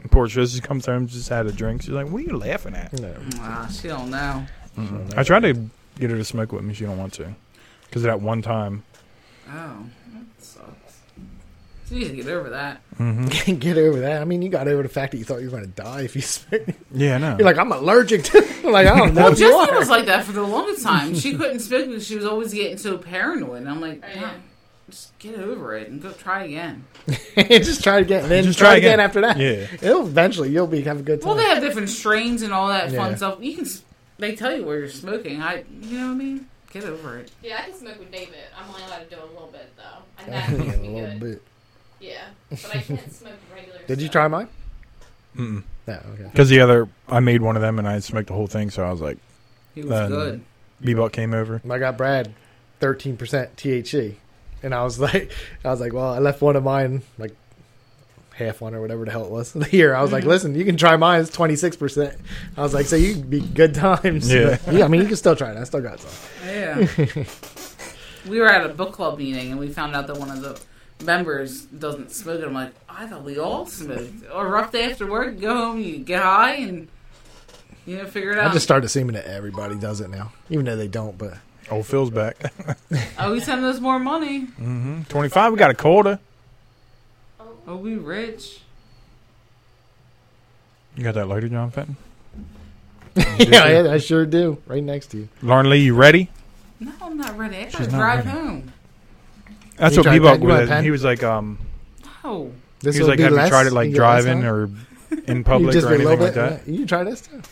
A: And Poor Trish she comes home, just had a drink. She's like, "What are you laughing at?"
B: No.
C: Ah, she don't know.
A: I tried to get her to smoke with me. She don't want to because that one time.
C: Oh, that sucks. She needs to get over that.
B: Can't get over that. I mean, you got over the fact that you thought you were going to die if you smoked.
A: Yeah, no.
B: You're like, I'm allergic to. like, I don't know.
C: Well,
B: if you
C: Jessie
B: are.
C: was like that for the longest time. She couldn't speak because she was always getting so paranoid. And I'm like,
F: Right.
C: "God, just get over it and go try again.
B: just try it again. Then
A: Just
B: try,
A: try
B: it again
A: again.
B: after that.
A: Yeah.
B: It'll eventually you'll be have a good time.
C: Well, they have different strains and all that
B: Yeah.
C: fun stuff. You can, s- they tell you where you're smoking. I, you know what I mean? Get over it.
F: Yeah, I can smoke with David. I'm only allowed to do a little bit though, and that
B: Yeah,
F: makes
B: a
F: me
B: little
F: good.
B: bit.
F: Yeah, but I can't smoke regular.
B: Did you
F: stuff.
B: try mine?
A: Mm-mm.
B: No. Okay.
A: Because the other, I made one of them and I smoked the whole thing, so I was like,
C: It was
A: Um,
C: good.
A: Bebop came over.
B: I got Brad, thirteen percent THC, and I was like, I was like, well, I left one of mine like half one or whatever the hell it was here. I was like, listen, you can try mine. It's twenty six percent. I was like, so you can be good times.
A: Yeah.
B: But, yeah. I mean, you can still try it. I still got some.
C: Yeah. we were at a book club meeting and we found out that one of the members doesn't smoke. And I'm like, I thought we all smoked. Or a rough day after work, go home, you get high and, you know, figure it out.
B: I just started assuming that everybody does it now, even though they don't. But
A: Old Phil's back.
C: oh, he's sending us more money.
A: Mm, 25, we got a quarter.
C: Oh, we rich.
A: You got that later, John Fenton?
B: yeah, I, I sure do. Right next to you.
A: Lauren Lee, you ready?
C: No, I'm not ready. I gotta
A: not
C: drive
A: ready.
C: home.
A: That's
B: You
A: what
B: tried
A: Bebop
B: pen? You want a
A: was.
B: pen?
A: He was like, um,
C: No.
B: This
A: he was
B: will
A: like,
B: be
A: have
B: less-
A: you tried it like
B: you get less
A: driving
B: time?
A: or in
B: You
A: public
B: just
A: or
B: get a
A: anything
B: little
A: like
B: bit-
A: that?
B: You can try this too.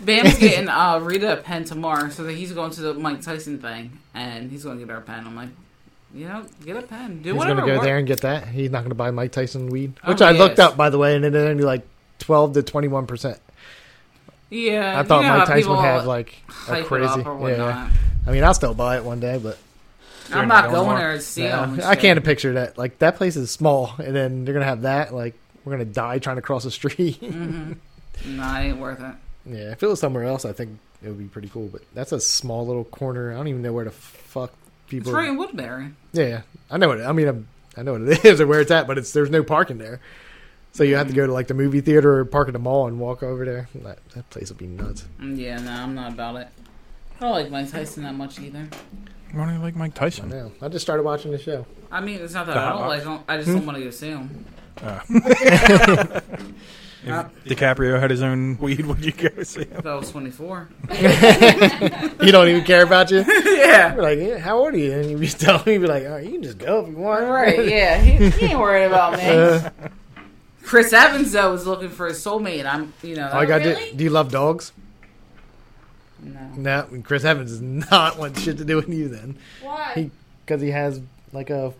C: Bam's getting uh, Rita a pen tomorrow, so that he's going to the Mike Tyson thing, and he's going to get our pen. I'm like, you know, get a pen, do
B: He's
C: whatever.
B: gonna go
C: works.
B: there and get that. He's not gonna buy Mike Tyson weed,
C: Oh,
B: which I looked
C: yes.
B: up by the way, and it's only like twelve to twenty one percent.
C: Yeah,
B: I thought
C: Uh, you
B: Mike
C: know how
B: Tyson
C: people
B: would have like
C: hype
B: a
C: it
B: crazy.
C: up or
B: Yeah,
C: whatnot.
B: I mean, I'll still buy it one day, but
A: You're
C: I'm not
A: not
C: going
A: going
C: there to see
B: yeah,
C: him. and
B: I
C: shit.
B: can't picture that. Like that place is small, and then they're gonna have that. Like we're gonna die trying to cross the street.
C: Mm-hmm. Nah, it ain't worth it.
B: yeah, if it was somewhere else, I think it would be pretty cool. But that's a small little corner. I don't even know where the fuck
C: It's
B: people.
C: right in Woodbury.
B: Yeah, yeah. I know it. I mean, I'm, I know what it is and where it's at, but it's there's no parking there, so you have to go to like the movie theater or park at the mall and walk over there. That, that place would be nuts.
C: Mm, Yeah, no, I'm not about it. I don't like Mike Tyson that much either.
A: Why don't you like Mike
B: I
A: Tyson?
B: know. I just started watching the show.
C: I mean, it's not that
A: The
C: I
A: hot
B: Uh-huh.
C: don't
A: box.
C: like him. I just don't want to go see him. Uh,
A: DiCaprio had his own weed. Would you go see him?
C: if I was 24.
B: You don't even care about you.
C: yeah.
B: You're like, yeah, how old are you? And you just tell me, you'd be like, all right, you can just go if you want.
C: Right, yeah. He, he ain't worried about me.
B: Uh,
C: Chris Evans, though, was looking for his soulmate. I'm, you know.
B: all I got
F: Really?
B: to do you love dogs?
C: no.
B: No, and Chris Evans does not want shit to do with you then.
F: Why?
B: He, because he has like a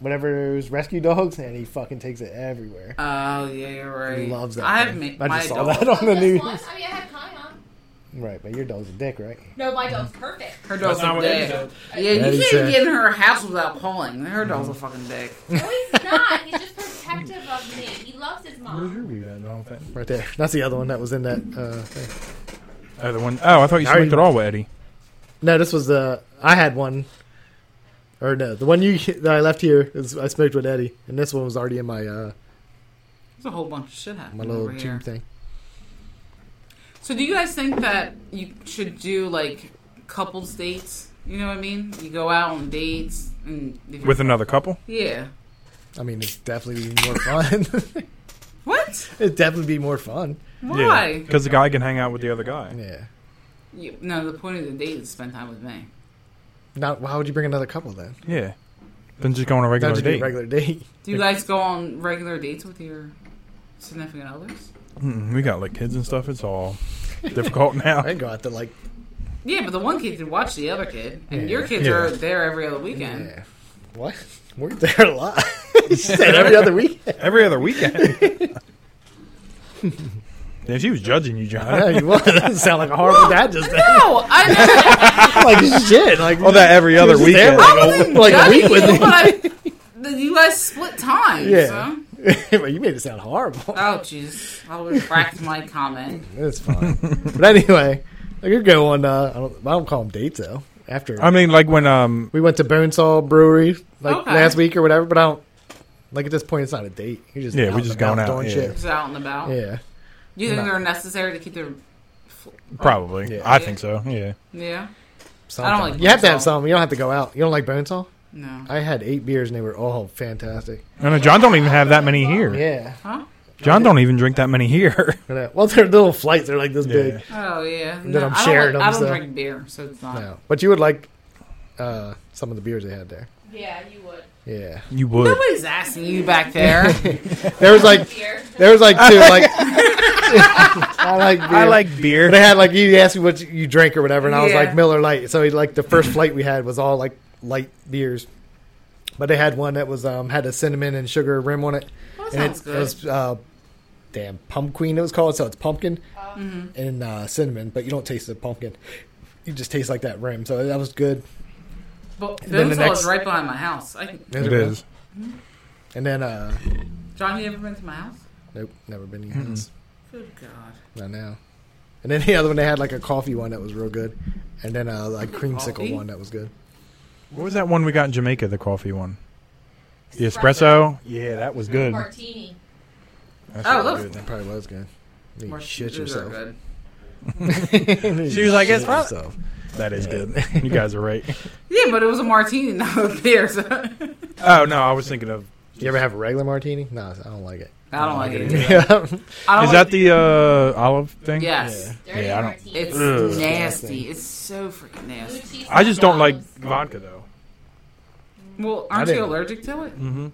B: whatever those rescue dogs, and he fucking takes it everywhere.
C: Oh, yeah, you're right.
B: He loves that.
C: I have
B: thing.
C: made
B: I
C: my
B: just saw
C: dog.
B: that on the
F: Just
B: news.
F: one? I mean, I had Kai on.
B: Right, but your dog's a dick, right?
F: No, my dog's perfect.
C: Her dog's
A: not
C: a
A: what he
C: dick.
A: said.
C: Yeah,
B: Yeah, he
C: you
B: said- Mm-hmm.
C: can't get in her house without calling. Her dog's a fucking dick.
F: No, he's not. He's just protective of me. He loves his mom.
B: Right there. That's the other one that was in that. Uh, thing.
A: Oh, the one oh I thought you
B: Are
A: smoked it
B: you-
A: all with Eddie.
B: No, this was the. I had one. Or no, the one you that I left here is I smoked with Eddie, and this one was already in my uh,
C: There's a whole bunch of shit happening
B: my little
C: over here.
B: tube thing.
C: So, do you guys think that you should do like couples dates? You know what I mean? You go out on dates and
A: With another couple?
C: yeah.
B: I mean, it's definitely more fun.
C: What?
B: It'd definitely be more fun.
C: Why?
A: Because the guy can hang out with the other guy.
B: Yeah.
C: You- no, the point of the date is to spend time with me.
B: Not why would you bring another couple then?
A: Yeah. Then just go on a
B: Not
A: regular
B: just be a
A: date.
B: regular date.
C: Do you guys go on regular dates with your significant others?
A: Mm-mm, we got like kids and stuff. It's all difficult now.
B: I go out to like
C: Yeah, but the one kid can watch the other kid, and
B: Yeah.
C: your kids
A: Yeah.
C: are there every other weekend.
B: yeah. What? We're there a lot. she said every other weekend.
A: Every other weekend. If she was judging you,
B: Yeah,
A: John.
B: you would. That sound like a horrible dad just then.
C: No, I
B: like shit. Like
A: Oh, that every other
B: She was there
A: weekend.
B: like, a, like a week with
C: you,
B: me.
C: but I, the- you guys split time.
B: Yeah.
C: So.
B: Well, you made it sound horrible.
C: Oh, jeez. I retract my comment.
B: It's fine. but anyway, I could go on. Uh, I don't. I don't call them dates though. After
A: I mean, like when um
B: we went to Bonesaw Brewery like
C: Okay.
B: last week or whatever, but I don't. Like at this point, it's not a date. You're just
A: Yeah,
B: out
A: we
B: and
A: just
B: about
A: going out,
B: doing
A: yeah.
B: shit.
C: Just out and about.
B: Yeah,
C: You think
B: No.
C: they're necessary to keep their
A: probably,
B: Yeah.
A: I think so. Yeah,
C: yeah?
B: something.
C: like
B: you have to have
C: Bonesaw.
B: something. You don't have to go out. You don't like Bonesaw?
C: No.
B: I had eight beers and they were all fantastic.
A: no, no, John don't even have that many here.
B: Yeah.
C: Huh?
A: John don't even drink that many here.
B: But, uh, Well, they're little flights. They're like this
A: Yeah.
B: big.
C: Oh yeah.
B: That
C: No,
B: I'm
C: I don't
B: sharing
C: like- I
B: them,
C: don't
B: so-
C: drink beer, so it's not.
B: No, but you would like uh, some of the beers they had there.
F: Yeah, you would.
B: Yeah,
A: You would.
C: Nobody's asking you back there.
B: there was like
F: Beer.
B: there was like two like I like beer.
G: I like
B: But
G: beer.
B: they had like you asked me what you- you drink or whatever, and I was
C: Yeah.
B: like Miller Light. So like the first flight we had was all like light beers, but they had one that was um had a cinnamon and sugar rim on it,
C: Well, Oh, that
B: and
C: sounds
B: it, it
C: good.
B: was uh, damn pumpkin. It was called so it's pumpkin
C: Oh.
B: and uh, cinnamon, but you don't taste the pumpkin. You just taste like that rim. So that was good.
C: But
B: then the
C: Boomsall
B: next-
C: is right behind my house. I, can-
B: Those
A: It
B: are good.
A: is.
B: And then uh,
C: John, you ever been to my house?
B: nope, never been eaten. It's
C: Good God.
B: Not now. And then the other one they had like a coffee one that was real good, and then uh, like creamsicle
C: Coffee?
B: one that was good.
A: What was that one we got in Jamaica? The coffee one. The espresso.
F: Espresso.
A: Yeah, that was good.
F: Martini.
A: That's
C: Oh,
A: really
C: those-
A: good.
B: That probably was good. You
C: More
B: shit
C: shoes are
B: yourself.
C: good.
B: she
A: was like, "It's fine."
B: yourself.
A: That is good. you guys are right.
C: Yeah, but it was a martini, not a beer. So I don't
A: Oh no, I was thinking of.
B: You ever have a regular martini? No, I don't like it.
C: like it. either.
B: Yeah.
C: I don't
A: Is
C: like
A: that the uh, olive thing?
C: Yes.
F: Dirty
A: Yeah, I don't-
F: martini.
C: It's
A: Ugh.
C: nasty. It's so freaking
F: Blue
C: nasty.
F: cheese
A: I just don't like
F: McDonald's.
A: vodka though.
C: Well,
B: I
C: aren't you
B: didn't-
C: allergic to it?
A: Mm-hmm.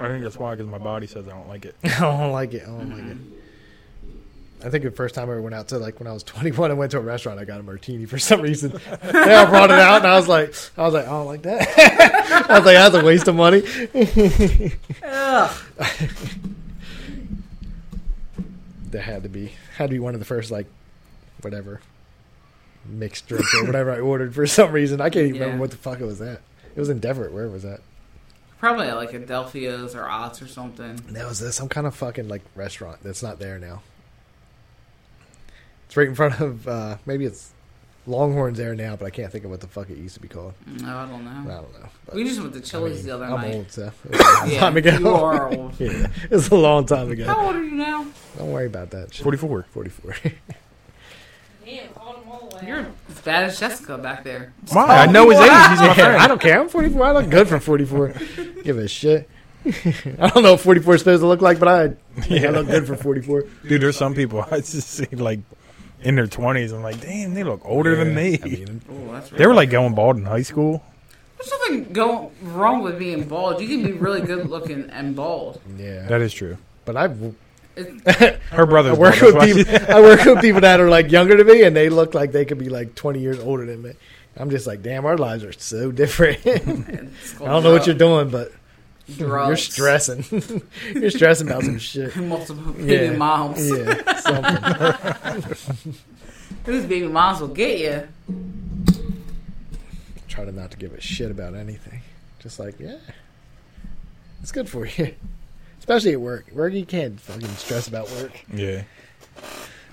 A: I think that's why, because my body says I don't like it.
B: I don't like it. I don't like it. I think the first time I ever went out to like when I was 21 and went to a restaurant, I got a martini for some reason. they all brought it out, and I was like, I was like, I don't like that. I was like, that's a waste of money.
C: Ugh.
B: that had to be had to be one of the first like whatever mixed drinks or whatever I ordered for some reason. I can't even
C: Yeah.
B: remember what the fuck it was at. It was in Deverett. Where was that?
C: Probably at, like Adelphia's or Ott's or something.
B: And that was at some kind of fucking like restaurant that's not there now. It's right in front of uh maybe it's Longhorns there now, but I can't think of what the fuck it used to be called.
C: No, Mm, I don't
B: I
C: know.
B: don't know. But,
C: We just went to
B: I
C: Chili's
B: mean,
C: the other
B: I'm
C: night.
B: old, so it was a long
C: Yeah,
B: time ago.
C: you are old.
B: yeah, it was a long time ago.
C: How old are you now?
B: Don't worry about that. Shit.
A: 44.
B: 44.
F: Damn, called them all away.
C: You're as bad as Jessica back there.
A: Why? I know his age. He's my
B: Yeah, I
A: friend.
B: don't care. I'm 44. I look good for 44. Give a shit. I don't know what 44 is supposed to look like, but I, I look good for 44.
A: Dude, there's some people I just see like in their 20s. I'm like, damn, they look older than me.
B: I mean,
C: Oh, that's
A: they
C: right.
A: were like going bald in high school.
C: There's nothing go- wrong with being bald. You can be really good looking and bald.
B: yeah.
A: That is true.
B: But I,
C: It,
A: Her
B: I
A: brother's
B: work
A: bald,
B: with
A: that's why
B: people. I work with people that are like younger than me, and they look like they could be like 20 years older than me. I'm just like, damn, our lives are so different. I
C: it's called
B: don't know what you're
C: drug-
B: doing, but
C: Oh, drugs.
B: you're stressing. you're stressing about some shit.
C: Multiple baby
B: Yeah.
C: moms.
B: Yeah, something.
C: These baby moms will get you.
B: Try to not to give a shit about anything. Just like, yeah, it's good for you. Especially at work. Work, you can't fucking stress about work.
A: Yeah.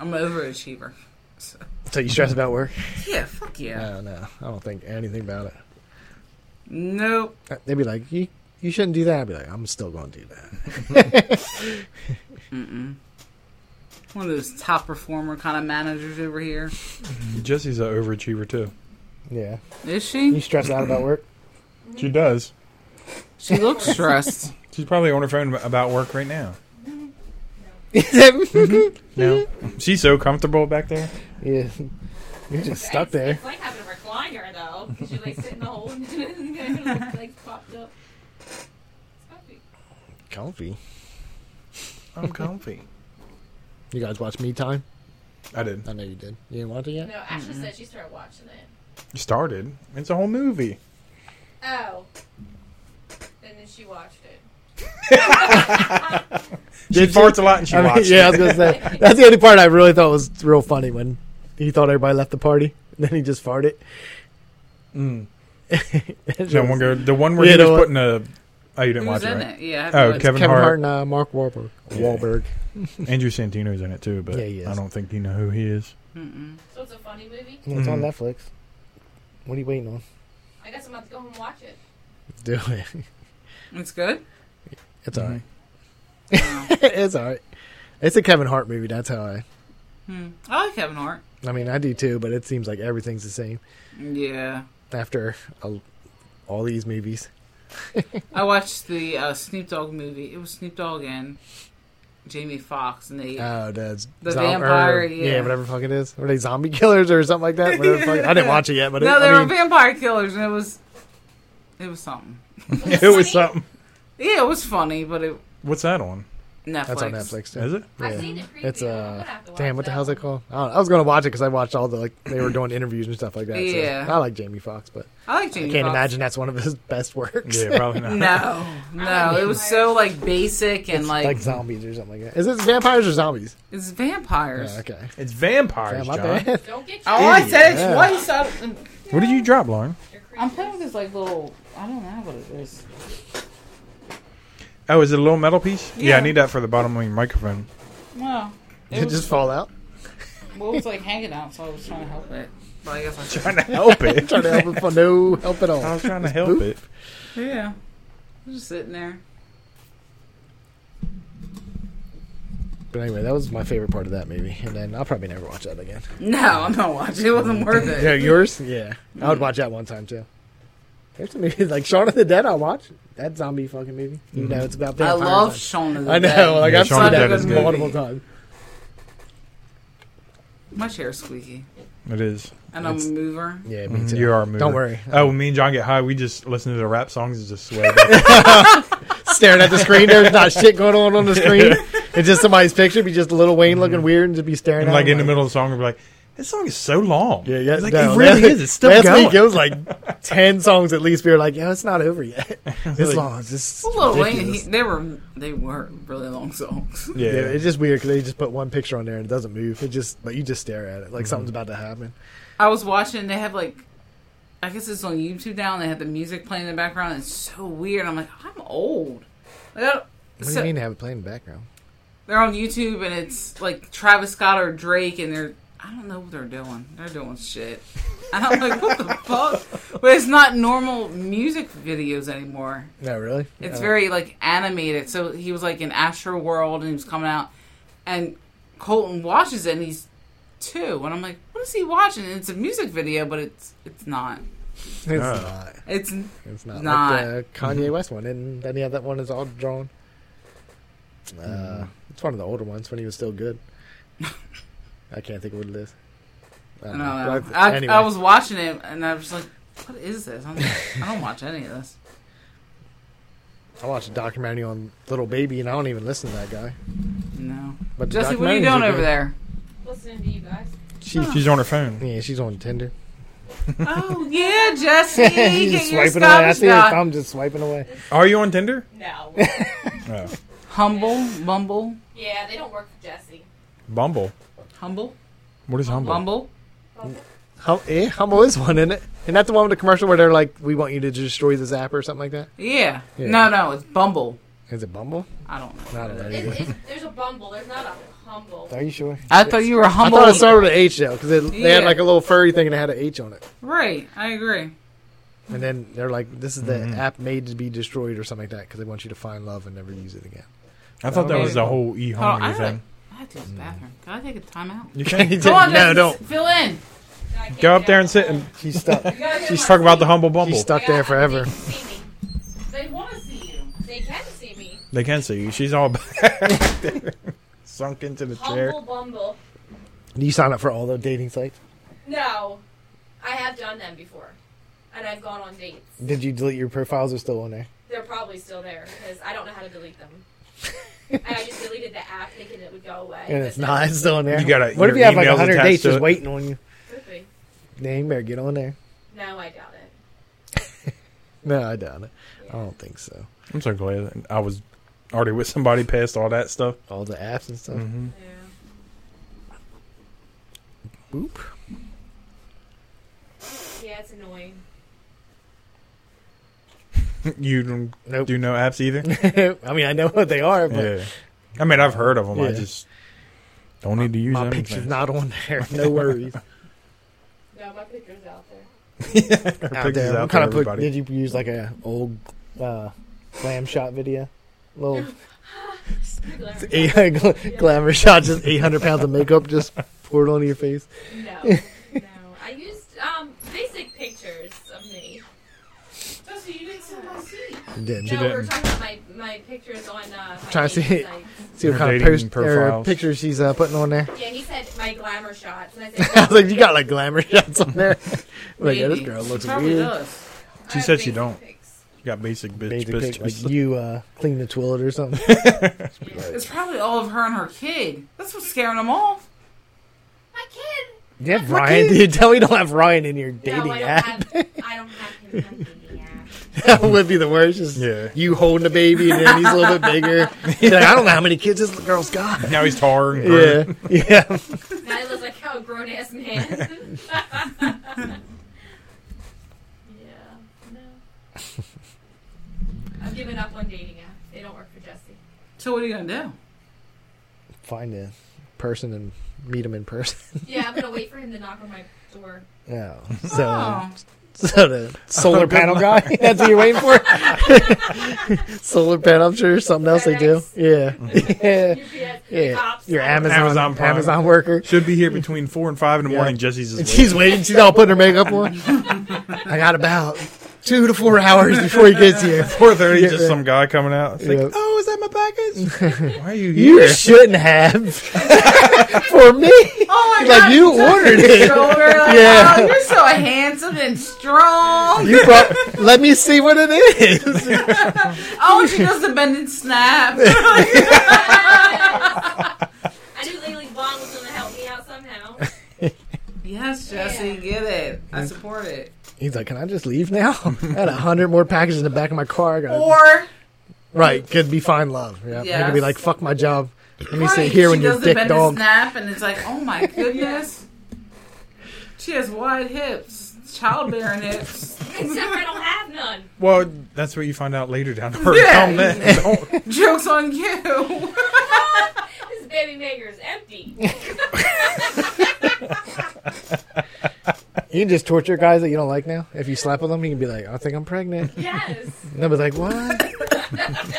C: I'm an overachiever. So,
B: So you stress about work?
C: yeah, fuck yeah.
B: No, no, I don't think anything about it.
C: Nope.
B: Uh, They'd be like, you, you shouldn't do that. I'd be like, I'm still going to do that.
C: Mm-mm. One of those top performer kind of managers over here.
A: Jesse's an overachiever, too.
B: Yeah.
C: Is
B: You
C: she?
B: stress out about work?
A: She does.
C: She looks stressed.
A: She's probably on her phone about work right now.
B: yeah.
A: Mm-hmm. No. She's so comfortable back there.
B: You're just stuck there.
F: It's like having a recliner though, 'cause you like sit in the hole and then like, like popped up. It's comfy.
B: Comfy.
A: I'm comfy.
B: You guys watch Me Time?
A: I did.
B: I know you did. You didn't watch it yet?
F: No, Ashley said she started watching it.
A: Started. It's a whole movie.
F: Oh. And then she watched it.
A: She farts a lot and she
B: I mean,
A: watched
B: yeah, I
A: it.
B: was going to say. That's the only part I really thought was real funny when he thought everybody left the party and then he just farted.
A: Mm.
B: It
A: That
B: was
A: one girl, the one where
B: Yeah,
A: he
B: the
A: was
B: one-
A: putting a. Oh, you didn't watch
C: Who's
A: it,
C: in
A: right?
C: it? Yeah. I haven't
A: Oh,
C: watched-
A: Kevin,
B: Kevin Hart
A: Hart.
B: and uh, Mark Wahlberg. Wahlberg.
A: Andrew Santino's in it too, but
B: Yeah, he is.
A: I don't think you know who he is.
C: Mm-mm.
F: So it's a funny movie.
B: It's on
A: Mhm.
B: Netflix. What are you waiting on?
F: I guess I'm about to go home and watch it.
B: Do it.
C: It's good.
B: It's all right.
C: Wow.
B: it's all right. It's a Kevin Hart movie. That's how I.
C: Hmm. I like Kevin Hart.
B: I mean, I do too, but it seems like everything's the same
C: Yeah.
B: after a, all these movies.
C: I watched the uh, Snoop Dogg movie. It was Snoop Dogg and Jamie Fox and they
B: Oh, the,
C: The
B: zom-
C: vampire,
B: or-
C: yeah.
B: whatever the fuck it is. Were they zombie killers or something like that? Whatever the fuck- I didn't watch it yet, but
C: no,
B: it,
C: they
B: I
C: were
B: mean,
C: vampire killers, and it was it was something.
A: it was something.
C: Yeah, it was funny, but it
A: What's that on?
C: Netflix.
B: that's on Netflix. Too.
A: Is it?
F: I've
B: Yeah.
F: seen it previously.
B: It's
F: I'm gonna
B: uh,
F: have to
B: damn,
F: watch
B: what the
F: that
B: hell's it
F: one.
B: called? I, don't know. I was gonna watch it because I watched all the like they were doing interviews and stuff like that. so
C: Yeah.
B: I like Jamie Foxx, but
C: I like Jamie.
B: I can't
C: Foxx.
B: imagine that's one of his best works.
A: Yeah, probably not.
C: No, no, it was so like basic and
B: like,
C: like,
B: zombies or something like that. Is it vampires or zombies?
C: it's vampires.
B: Yeah, okay.
A: It's
B: Damn,
A: vampires,
B: my
A: John.
B: bad.
F: Don't get
C: Oh, I said it
B: Yeah.
C: twice. I-
A: What did you drop, Lauren?
F: your creepy.
C: I'm playing with this like little. I don't know what it is.
A: Oh, is it a little metal piece? Yeah, I
C: Yeah.
A: need that for the bottom of your microphone.
C: Well,
B: Did
C: it
B: it
C: was,
B: just fall out?
C: well, it was like hanging out, so I was trying to help it. But I guess I should.
A: Trying to help it.
B: Trying to help it for no help at
A: I
B: all.
A: was trying to help
B: Oh. boop.
A: it.
C: Yeah, I'm just sitting there.
B: But anyway, that was my favorite part of that movie, and then I'll probably never watch that again.
C: No, I'm not watching. It wasn't worth it.
B: Yeah, yours? Yeah. I would watch that one time too. There's some movies like Shaun of the Dead I'll watch. That zombie fucking movie. You know it's about
C: I
B: vampires.
C: love Shaun of the
B: I
C: Dead.
B: know, like
A: Mm-hmm. Yeah,
B: I've
A: Shaun of
B: seen
A: the
B: that
A: Dead is good.
B: multiple times.
C: My chair's squeaky,
A: It is.
C: and I'm a mover.
B: Yeah, me
A: Mhm,
B: too.
A: You are a mover.
B: Don't worry.
A: Oh, when me and John get high. We just listen to the rap songs and just sweat.
B: Staring at the screen, there's not shit going on on the screen. It's just somebody's picture, be just little Wayne looking weird and just be staring
A: and
B: at
A: Mm-hmm. like
B: him,
A: in the middle of the song, we're like, "This song is so long."
B: Oh Yeah, yeah.
A: It's like
B: no,
A: it really
B: last-
A: is. It's still
B: last
A: going.
B: week it was like ten songs at least. We were like, "Yo, it's not over yet. It's
A: Like-
B: long. It's just
C: Well, Lil Wayne, he,
B: ridiculous.
C: they were they were really long songs.
A: yeah,
B: Yeah, it's just weird because they just put one picture on there and it doesn't move. It just, but you just stare at it like something's about to happen.
C: I was watching. They have like, I guess it's on YouTube now. And they have the music playing in the background. It's so weird. I'm like, I'm old. Like, I don't-
B: What do
C: so-
B: you mean have it playing in the background?
C: They're on YouTube and it's like Travis Scott or Drake, and they're I don't know what they're doing. They're doing shit. And I'm like, what the fuck? But it's not normal music videos anymore.
B: No, really.
C: It's
B: Uh,
C: very like animated. So he was like in Astro World and he was coming out, and Colton watches it and he's two, and I'm like, what is he watching? And it's a music video, but it's it's not.
B: It's
A: Uh.
B: not.
C: It's
B: It's not,
C: Not.
B: like the Kanye West one. And then he had that one is all drawn. Uh, It's one of the older ones when he was still good. I can't think of what it is. I
C: I
B: don't
C: don't know.
B: But
C: I,
B: anyway.
C: I was watching it and I was like, what is this? I'm like, I don't watch any of this.
B: I watched a documentary on Little Baby, and I don't even listen to that guy.
C: No.
B: But the
C: Jesse, what are you
B: documentaries
C: doing over
B: good.
C: there?
F: Listening to you guys.
A: She, she's on her phone.
B: Yeah, she's on Tinder.
C: oh, yeah, Jesse.
B: she's
C: get your
B: swiping away. I
C: Scottish
B: see her
C: shot.
B: thumb just swiping away.
A: Are you on Tinder?
F: No.
A: Oh.
C: Humble, bumble,
F: yeah, they don't work for Jesse.
A: Bumble.
C: humble,
A: What is Humble?
C: bumble.
B: Hum- eh, Humble is one, isn't it? And that's the one with the commercial where they're like, "We want you to destroy this app" or something like that.
C: Yeah.
B: Yeah.
C: No, no, it's bumble.
B: Is it Bumble?
C: I don't know.
B: I don't know.
F: It's,
B: either.
F: it's, there's a bumble. There's not a humble.
B: Are you sure?
C: I thought you were
B: I
C: humble.
B: thought it started with an H though, because they had
C: Yeah.
B: like a little furry thing and it had an H on it.
C: Right, I agree.
B: And then they're like, "This is the
A: Mm-hmm.
B: app made to be destroyed" or something like that, because they want you to find love and never use it again.
A: I thought that was the whole e
C: Hold on, Oh, I
A: harmony
C: gotta,
A: thing.
C: I have to use the bathroom. Can I take a timeout?
A: You can't
C: Come on,
B: no,
C: Jesse,
B: don't.
C: fill in.
F: I can't
A: go up
F: get
A: there
F: out
A: and
F: of
A: sit
F: the
A: and
F: hole.
B: She's stuck.
F: You gotta get
A: she's
F: my
A: talking about the
F: seat.
A: humble bumble.
B: She's stuck
F: I
B: there
F: got-
B: forever.
F: They can see me.
C: They want to see you.
F: They can see me.
A: They can see you. She's all back there, sunk into the chair.
F: Humble bumble.
B: Do you sign up for all the dating sites?
F: No, I have done them before, and I've gone on dates.
B: Did you delete your profiles? Are still on there?
F: They're probably still there because I don't know how to delete them. and I just deleted the app thinking it would go away.
B: And
F: but
B: it's
F: then-
B: not. It's still on there.
A: You gotta-
B: What if
A: your
B: you have like
A: email's
B: hundred
A: attached
B: dates
A: to
B: just
A: it.
B: waiting on you?
F: Could be.
B: Then you better get on there.
F: No, I doubt it.
B: No, I doubt it. I don't think so.
A: I'm so glad that I was already with somebody past all that stuff.
B: All the apps and stuff.
A: Mm-hmm.
F: Yeah.
A: Mm.
B: Boop.
F: Yeah, it's annoying.
A: You don't
B: Nope.
A: do no apps either.
B: I mean, I know what they are, but
A: yeah, I mean I've heard of them. I
B: Yeah.
A: just don't need to use
B: my
A: them.
B: picture's not on there. No worries.
F: No, my picture's out there.
A: Her picture's out
B: What
A: there,
B: kind of pic-
A: everybody.
B: did you use like a old uh, glam shot video? Little
F: Glamour.
B: eight, uh, gl- glamour shot, just eight hundred pounds of makeup just poured onto your face.
F: No, no. I used um basic pictures of me.
C: Jesse, you didn't sit my seat.
B: and didn't.
A: She
F: no, we were
A: didn't.
F: talking about my, my pictures on uh, my
B: Trying to
F: dating
B: see-
F: sites.
B: See what
A: Her
B: kind of
A: dating
B: post or
A: profiles.
B: pictures she's uh, putting on there.
F: Yeah, he said my glamour shots, and I
B: I
F: said,
B: was like, you got like glamour shots on there. I'm like, yeah, this
C: Maybe.
B: girl
C: She
B: looks
C: probably
B: weird.
C: does.
F: "I
A: She
F: have
A: said she
F: basic
A: don't.
F: pics."
A: Got basic bitch
B: Basic pic,
A: biscuits.
B: like you uh, clean the toilet or something.
C: It's probably all of her and her kid. That's what's scaring them off.
F: My kid.
B: yeah, Ryan, dude, tell me you don't have Ryan in your dating
F: no, I don't
B: app.
F: have. I don't have him in my dating app.
B: that would be the worst. Just
A: Yeah.
B: you holding the baby and then he's a little bit bigger. You're like, I don't know how many kids this girl's got.
A: now he's tar and yeah.
B: Yeah, yeah.
F: Now he looks like a grown ass man. yeah. No. I've given up on dating apps. They don't work for Jesse.
C: So what are you gonna do?
B: Find a person and meet him in person.
F: Yeah, I'm gonna wait for him to knock on my door.
B: Yeah. So.
C: Oh,
B: So the solar panel guy. That's what you're waiting for. solar panel. I'm sure something else they do. Yeah. Yeah.
F: UPS, the
B: Yeah.
F: cops.
B: Your Amazon
A: Amazon
B: Amazon,
A: Prime.
B: worker.
A: Should be here between four and five in the
B: Yeah.
A: morning. Jesse's
B: And
A: is late.
B: she's waiting. She's all putting her makeup on. I got about two to four hours before he gets here.
A: Four thirty,
B: Yeah,
A: just
B: yeah.
A: some guy coming out. It's like,
B: Yeah.
A: oh, is that my package? Why are you
B: You
A: here?
B: shouldn't have for me.
C: oh my
B: Like,
C: god!
B: you
C: he touched
B: ordered
C: his
B: it.
C: Shoulder, like,
B: Yeah.
C: Oh, you're so handsome and strong.
B: You brought. Let me see what it is.
C: Oh, she does the bend and snap.
F: I knew Lily Bond was gonna help me out somehow.
C: yes, Jesse,
F: Yeah.
C: get it. I support it.
B: He's like, "Can I just leave now? I had a hundred more packages in the back of my car. I gotta
C: Or
B: Right, could be fine love. Yeah, I could be
C: Yes.
B: like, fuck my job. Let me sit
C: Right,
B: here
C: she
B: when your
C: does the
B: dick
C: bend
B: dog.
C: and snap, and it's like, oh my goodness. She has wide hips, childbearing hips.
F: Except I don't have none.
A: Well, that's what you find out later down the road.
C: Yeah.
A: Tell him that. Don't.
C: Jokes on you. Oh,
F: This baby maker is empty.
B: You can just torture guys that you don't like now. If you slap with them, you can be like, I think I'm pregnant.
F: Yes.
B: And they'll be like, what?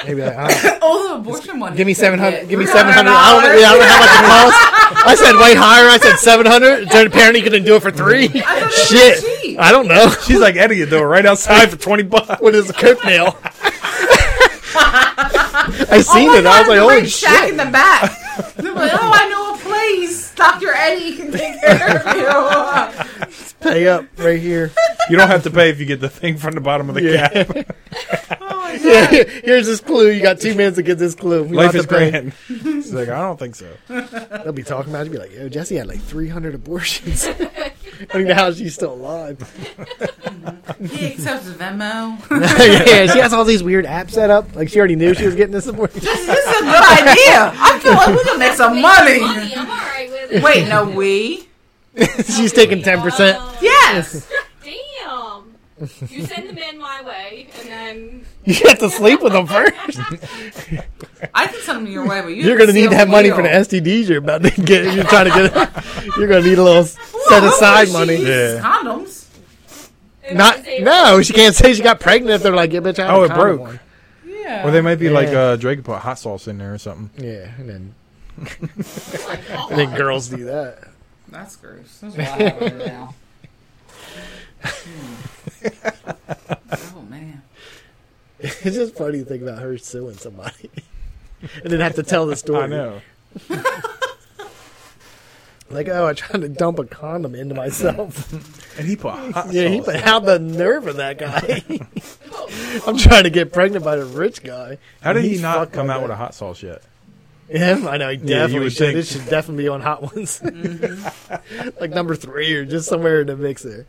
B: Maybe like, I don't-
C: All the abortion money.
B: give me
C: you can
B: seven hundred.
C: get.
B: Give me
C: $300.
B: seven hundred. I don't, know- yeah, I don't know how much it costs. I said way higher. I said seven hundred. Is there a parent you couldn't do it for three?
C: I thought it was
B: Shit,
C: cheap.
B: I don't know.
A: She's like Eddie, though, right outside for twenty bucks.
B: What is a coat nail? I seen
C: Oh my
B: it. I was like,
C: God, the
B: holy
C: Red Shack
B: shit.
C: in the back. They're like, oh, I know a place. Dr. Eddie can take care of you.
B: Pay up right here.
A: You don't have to pay if you get the thing from the bottom of the
B: Yeah.
A: cap.
C: Oh my God.
B: Yeah, here's this clue. You got two minutes to get this clue. We
A: Life
B: about
A: is
B: to pay.
A: grand. She's like, I don't think so.
B: They'll be talking about it. Be like, yo, Jesse had like 300 abortions. I don't know how she's still alive.
C: He accepts Venmo.
B: yeah, she has all these weird apps set up. Like she already knew she was getting this abortion.
C: this is a good idea. I feel like we can make some money.
F: Money, I'm all right with it.
C: Wait, no, we?
B: she's taking 10%.
F: Oh,
C: Yes.
F: Damn. You send the men my way, and then
B: You have to sleep with them first.
C: I can send them your way, but you
B: You're
C: have
B: gonna need
C: seal
B: that
C: the
B: money
C: deal.
B: for the STDs you're about to get. You're trying to get. You're gonna need a little set
C: Well,
B: aside
C: she
B: money.
C: uses
A: Yeah.
C: Oh, Condoms.
F: it
B: Not
F: was a-
B: no, she can't say she got pregnant if they're like, yeah, bitch, I had
A: Oh,
B: a
A: it
B: condom
A: broke.
B: on.
C: Yeah.
A: Or they might be like
B: Yeah.
A: uh, Drake put hot sauce in there or something.
B: Yeah, and then
F: Oh,
B: and then girls do that.
C: That's gross. That's wild right now. Hmm. oh man.
B: It's just funny to think about her suing somebody, and then have to tell the story.
A: I know.
B: Like, oh, I tried to dump a condom into myself.
A: And he put hot
B: yeah, he,
A: sauce.
B: how the nerve of that guy. I'm trying to get pregnant by the rich guy.
A: How did he
B: He's
A: not
B: fucked
A: come
B: by
A: out
B: that.
A: with a hot sauce yet?
B: Yeah, I know. He
A: Yeah, you
B: definitely
A: would
B: should.
A: think.
B: It should definitely be on Hot Ones. like number three or just somewhere in the mixer.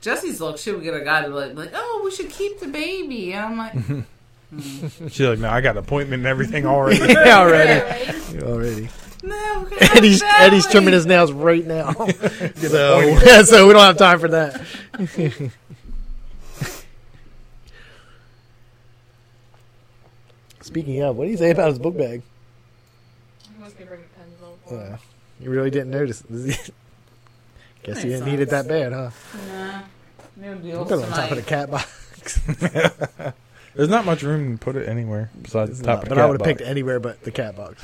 C: Jesse's look, she would get a guy to like, like, oh, we should keep the baby. And I'm like,
A: She's like, no, I got an appointment and everything already.
B: yeah, already.
F: right.
B: Already.
C: no, we're gonna have
B: Eddie's,
C: a
B: Eddie's
C: family."
B: trimming his nails right now. so, yeah, so we don't have time for that. Speaking of, what do you say about his book bag?
F: He wants me to bring a pencil.
B: Uh, you really didn't notice. Guess you didn't need it that bad, huh?
C: Nah, no deal.
B: Put it on top of the
C: tonight.
B: cat box.
A: There's not much room to put it anywhere besides the top of
B: but
A: the
B: I
A: cat
B: would have
A: box.
B: picked anywhere but the cat box.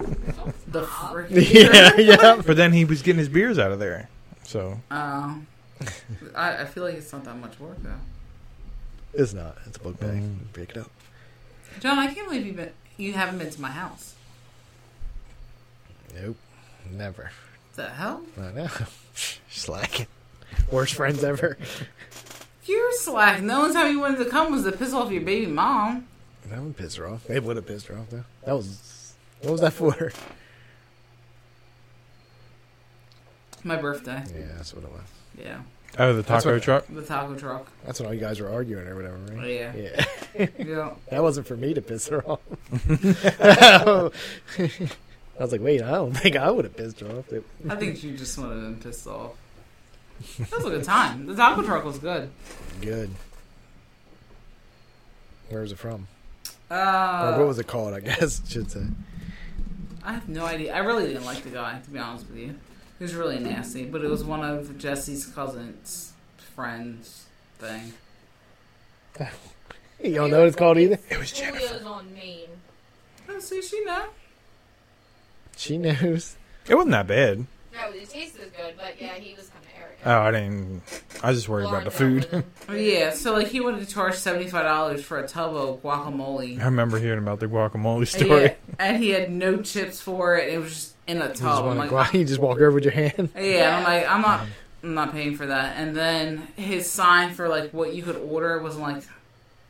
C: The frick.
B: yeah, yeah.
A: But then he was getting his beers out of there. So
C: Um, Oh. I, I feel like it's not that much work though.
B: It's not. It's a book bag.
A: Mm.
B: Pick it up.
C: John, I can't believe you been, you haven't been to my house.
B: Nope. Never.
C: The hell?
B: I know. Slacking. Worst friends ever.
C: You're slack. The only time you wanted to come was to piss off your baby mom.
B: That would piss her off. It would have pissed her off though. That was. What was that for?
C: My birthday.
B: Yeah, that's what it was.
C: Yeah.
A: Oh, the
B: That's
A: taco
B: what-
A: truck.
C: The taco truck. Oh,
B: That's when all you guys were arguing or whatever, right?
C: Yeah.
B: Yeah.
C: Yeah.
B: That wasn't for me to piss her off. I was like, wait, I don't think I would have pissed her off. It-
C: I think you just would have been pissed off. That was a good time. The taco truck was good.
B: Good. Where was it from? or
C: Uh,
B: what was it called? I guess I should say.
C: I have no idea. I really didn't like the guy, to be honest with you. He was really nasty, but it was one of Jesse's cousins' friends thing.
B: You don't know what it's called either.
F: It was Julio's on Maine.
C: Oh, see, she know.
B: She knows.
A: It wasn't that bad.
F: No, it tasted good, but yeah, he was kind of arrogant.
A: Oh, I didn't. I was just worried about the food.
C: Oh, Yeah, so like he wanted to charge seventy five dollars for a tub of guacamole.
A: I remember hearing about the guacamole
C: And he,
A: story.
C: had, and he had no chips for it. It was just in a
B: You just,
C: tub. I'm
B: wanna
C: like,
B: go- you just walk over with your hand.
C: Yeah, I'm like, I'm not, I'm not paying for that. And then his sign for like what you could order wasn't like,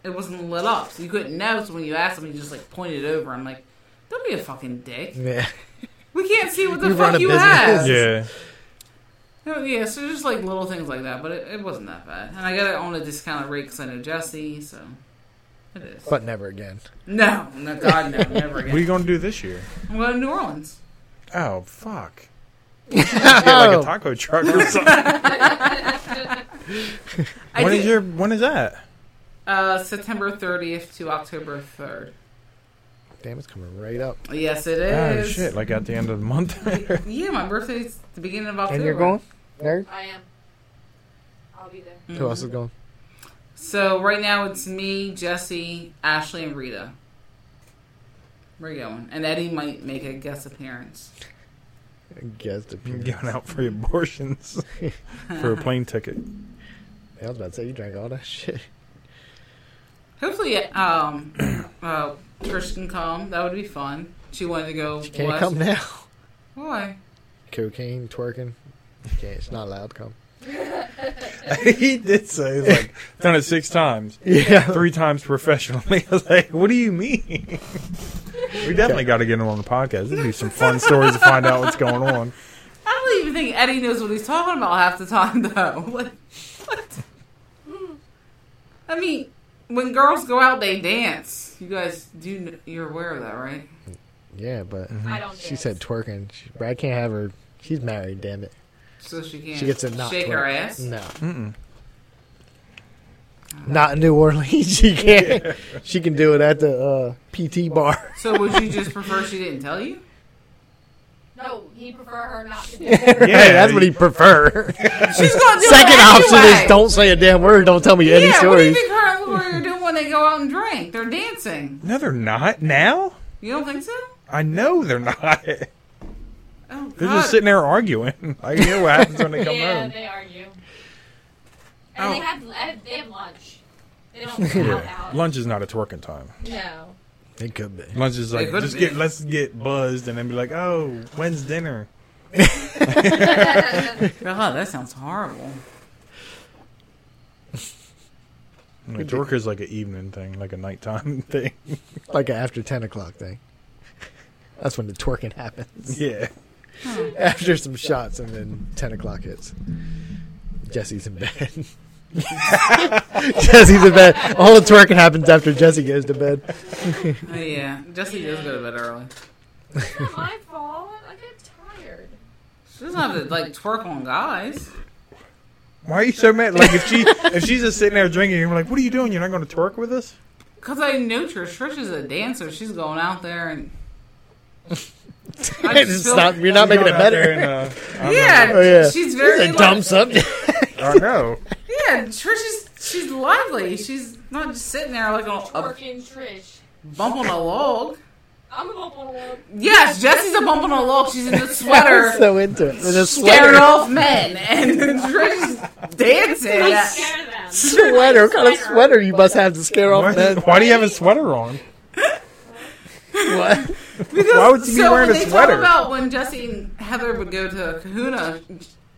C: it wasn't lit up, so you couldn't know. So when you asked him, he just like pointed it over. I'm like, don't be a fucking dick.
B: Yeah.
C: We can't see what the
B: You run
C: fuck
B: a
C: you
B: business.
C: have.
A: yeah,
C: No, yeah, so just like little things like that, but it, it wasn't that bad. And I got it on a discounted rate because I know Jesse, so it is.
B: But never again.
C: no, no, God, no, never
A: what are you
C: again.
A: gonna do this year?
C: I'm going to New Orleans.
A: Oh fuck! Get
C: Oh.
A: like a taco truck or something.
C: I
A: when
C: did,
A: is your? When is that?
C: uh, September 30th to October 3rd.
B: Damn, it's coming right up.
C: Yes, it is.
A: Oh shit! Like at the end of the month.
C: Yeah, my birthday's the beginning of October.
B: And you're going? Nerd?
F: I am. I'll be there.
B: Who else is going?
C: So right now it's me, Jesse, Ashley, and Rita. We're going, and Eddie might make a guest appearance.
B: Guest appearance.
A: Going out for abortions for a plane ticket.
B: I was about to say you drank all that shit.
C: Hopefully, um, uh, Trish can come. That would be fun. She wanted to go.
B: She can't
C: west.
B: come now.
C: Why?
B: Cocaine, twerking. Can't. It's not allowed to come.
A: he did say he's like done it six times,
B: Yeah.
A: three times professionally. I was like, what do you mean? We definitely got to get him on the podcast. It'd be some fun stories to find out what's going on.
C: I don't even think Eddie knows what he's talking about half the time, though. Like, what? I mean, when girls go out, they dance. You guys do. kn- You're aware of that, right?
B: Yeah, but
F: I don't.
B: Mm-hmm. she
F: dance.
B: said twerking. She, Brad can't have her. She's married. Damn it.
C: So she can
B: She gets to not
C: shake
B: twerk.
C: her ass.
B: No.
A: Mm-mm.
B: Not in New Orleans. She can't. She can do it at the uh, PT bar.
C: So would you just prefer she didn't tell you?
F: No, he prefer her not to do it.
A: Yeah,
B: that's what he prefer.
C: She's gonna do
B: Second
C: it
B: option
C: anyway.
B: is don't say a damn word. Don't tell me any
C: yeah, what do you
B: stories.
C: think her and Lori are doing when they go out and drink? They're dancing.
A: No, they're not now.
C: You don't think so?
A: I know they're not.
C: Oh
A: They're
C: God!
A: just sitting there arguing. I hear what happens when they come
F: yeah,
A: home.
F: they argue. And
C: Oh.
F: they have they have lunch. They don't go out out.
A: Lunch is not a twerking time.
F: No.
B: It could be.
A: Lunch is like
C: could
A: just
C: be.
A: get let's get buzzed and then be like, oh, when's dinner?
C: God, that sounds horrible.
A: And the twerker's like an evening thing, like a nighttime thing.
B: Like an after ten o'clock thing. That's when the twerking happens.
A: yeah.
B: After some shots and then ten o'clock hits. Jesse's in bed. Jesse's in bed. All the twerking happens after Jesse goes to bed.
C: Oh, yeah, Jesse does go to bed early.
F: It's not my fault. I get tired.
C: She doesn't have to like twerk on guys.
A: Why are you so mad? Like if she if she's just sitting there drinking, you're like, what are you doing? You're not going to twerk with us?
C: Cause I know Trish. Trish is a dancer. She's going out there and. I just
B: It's
C: feel-
B: not, you're not making it
A: Going out there
B: better.
A: and, uh, I
C: yeah,
B: Oh, yeah. This
C: she's very
B: is a
C: like-
B: dumb subject.
A: don't know.
C: Yeah, Trish is she's lively. She's not just sitting there like on a
F: Working Trish.
C: bump on a log.
F: I'm gonna bump on one.
C: Yes, Jesse's a bump on a log. She's in the sweater,
B: so into it. With a
C: scaring
B: sweater.
C: off men, and Trish is dancing.
F: I scare them.
B: sweater. What kind of sweater you must have to scare off
A: Why,
B: that?
A: why do you have a sweater on?
B: What?
A: Why would you be
C: so
A: wearing
C: when
A: a
C: they
A: sweater?
C: Talk about when Jesse and Heather would go to Kahuna,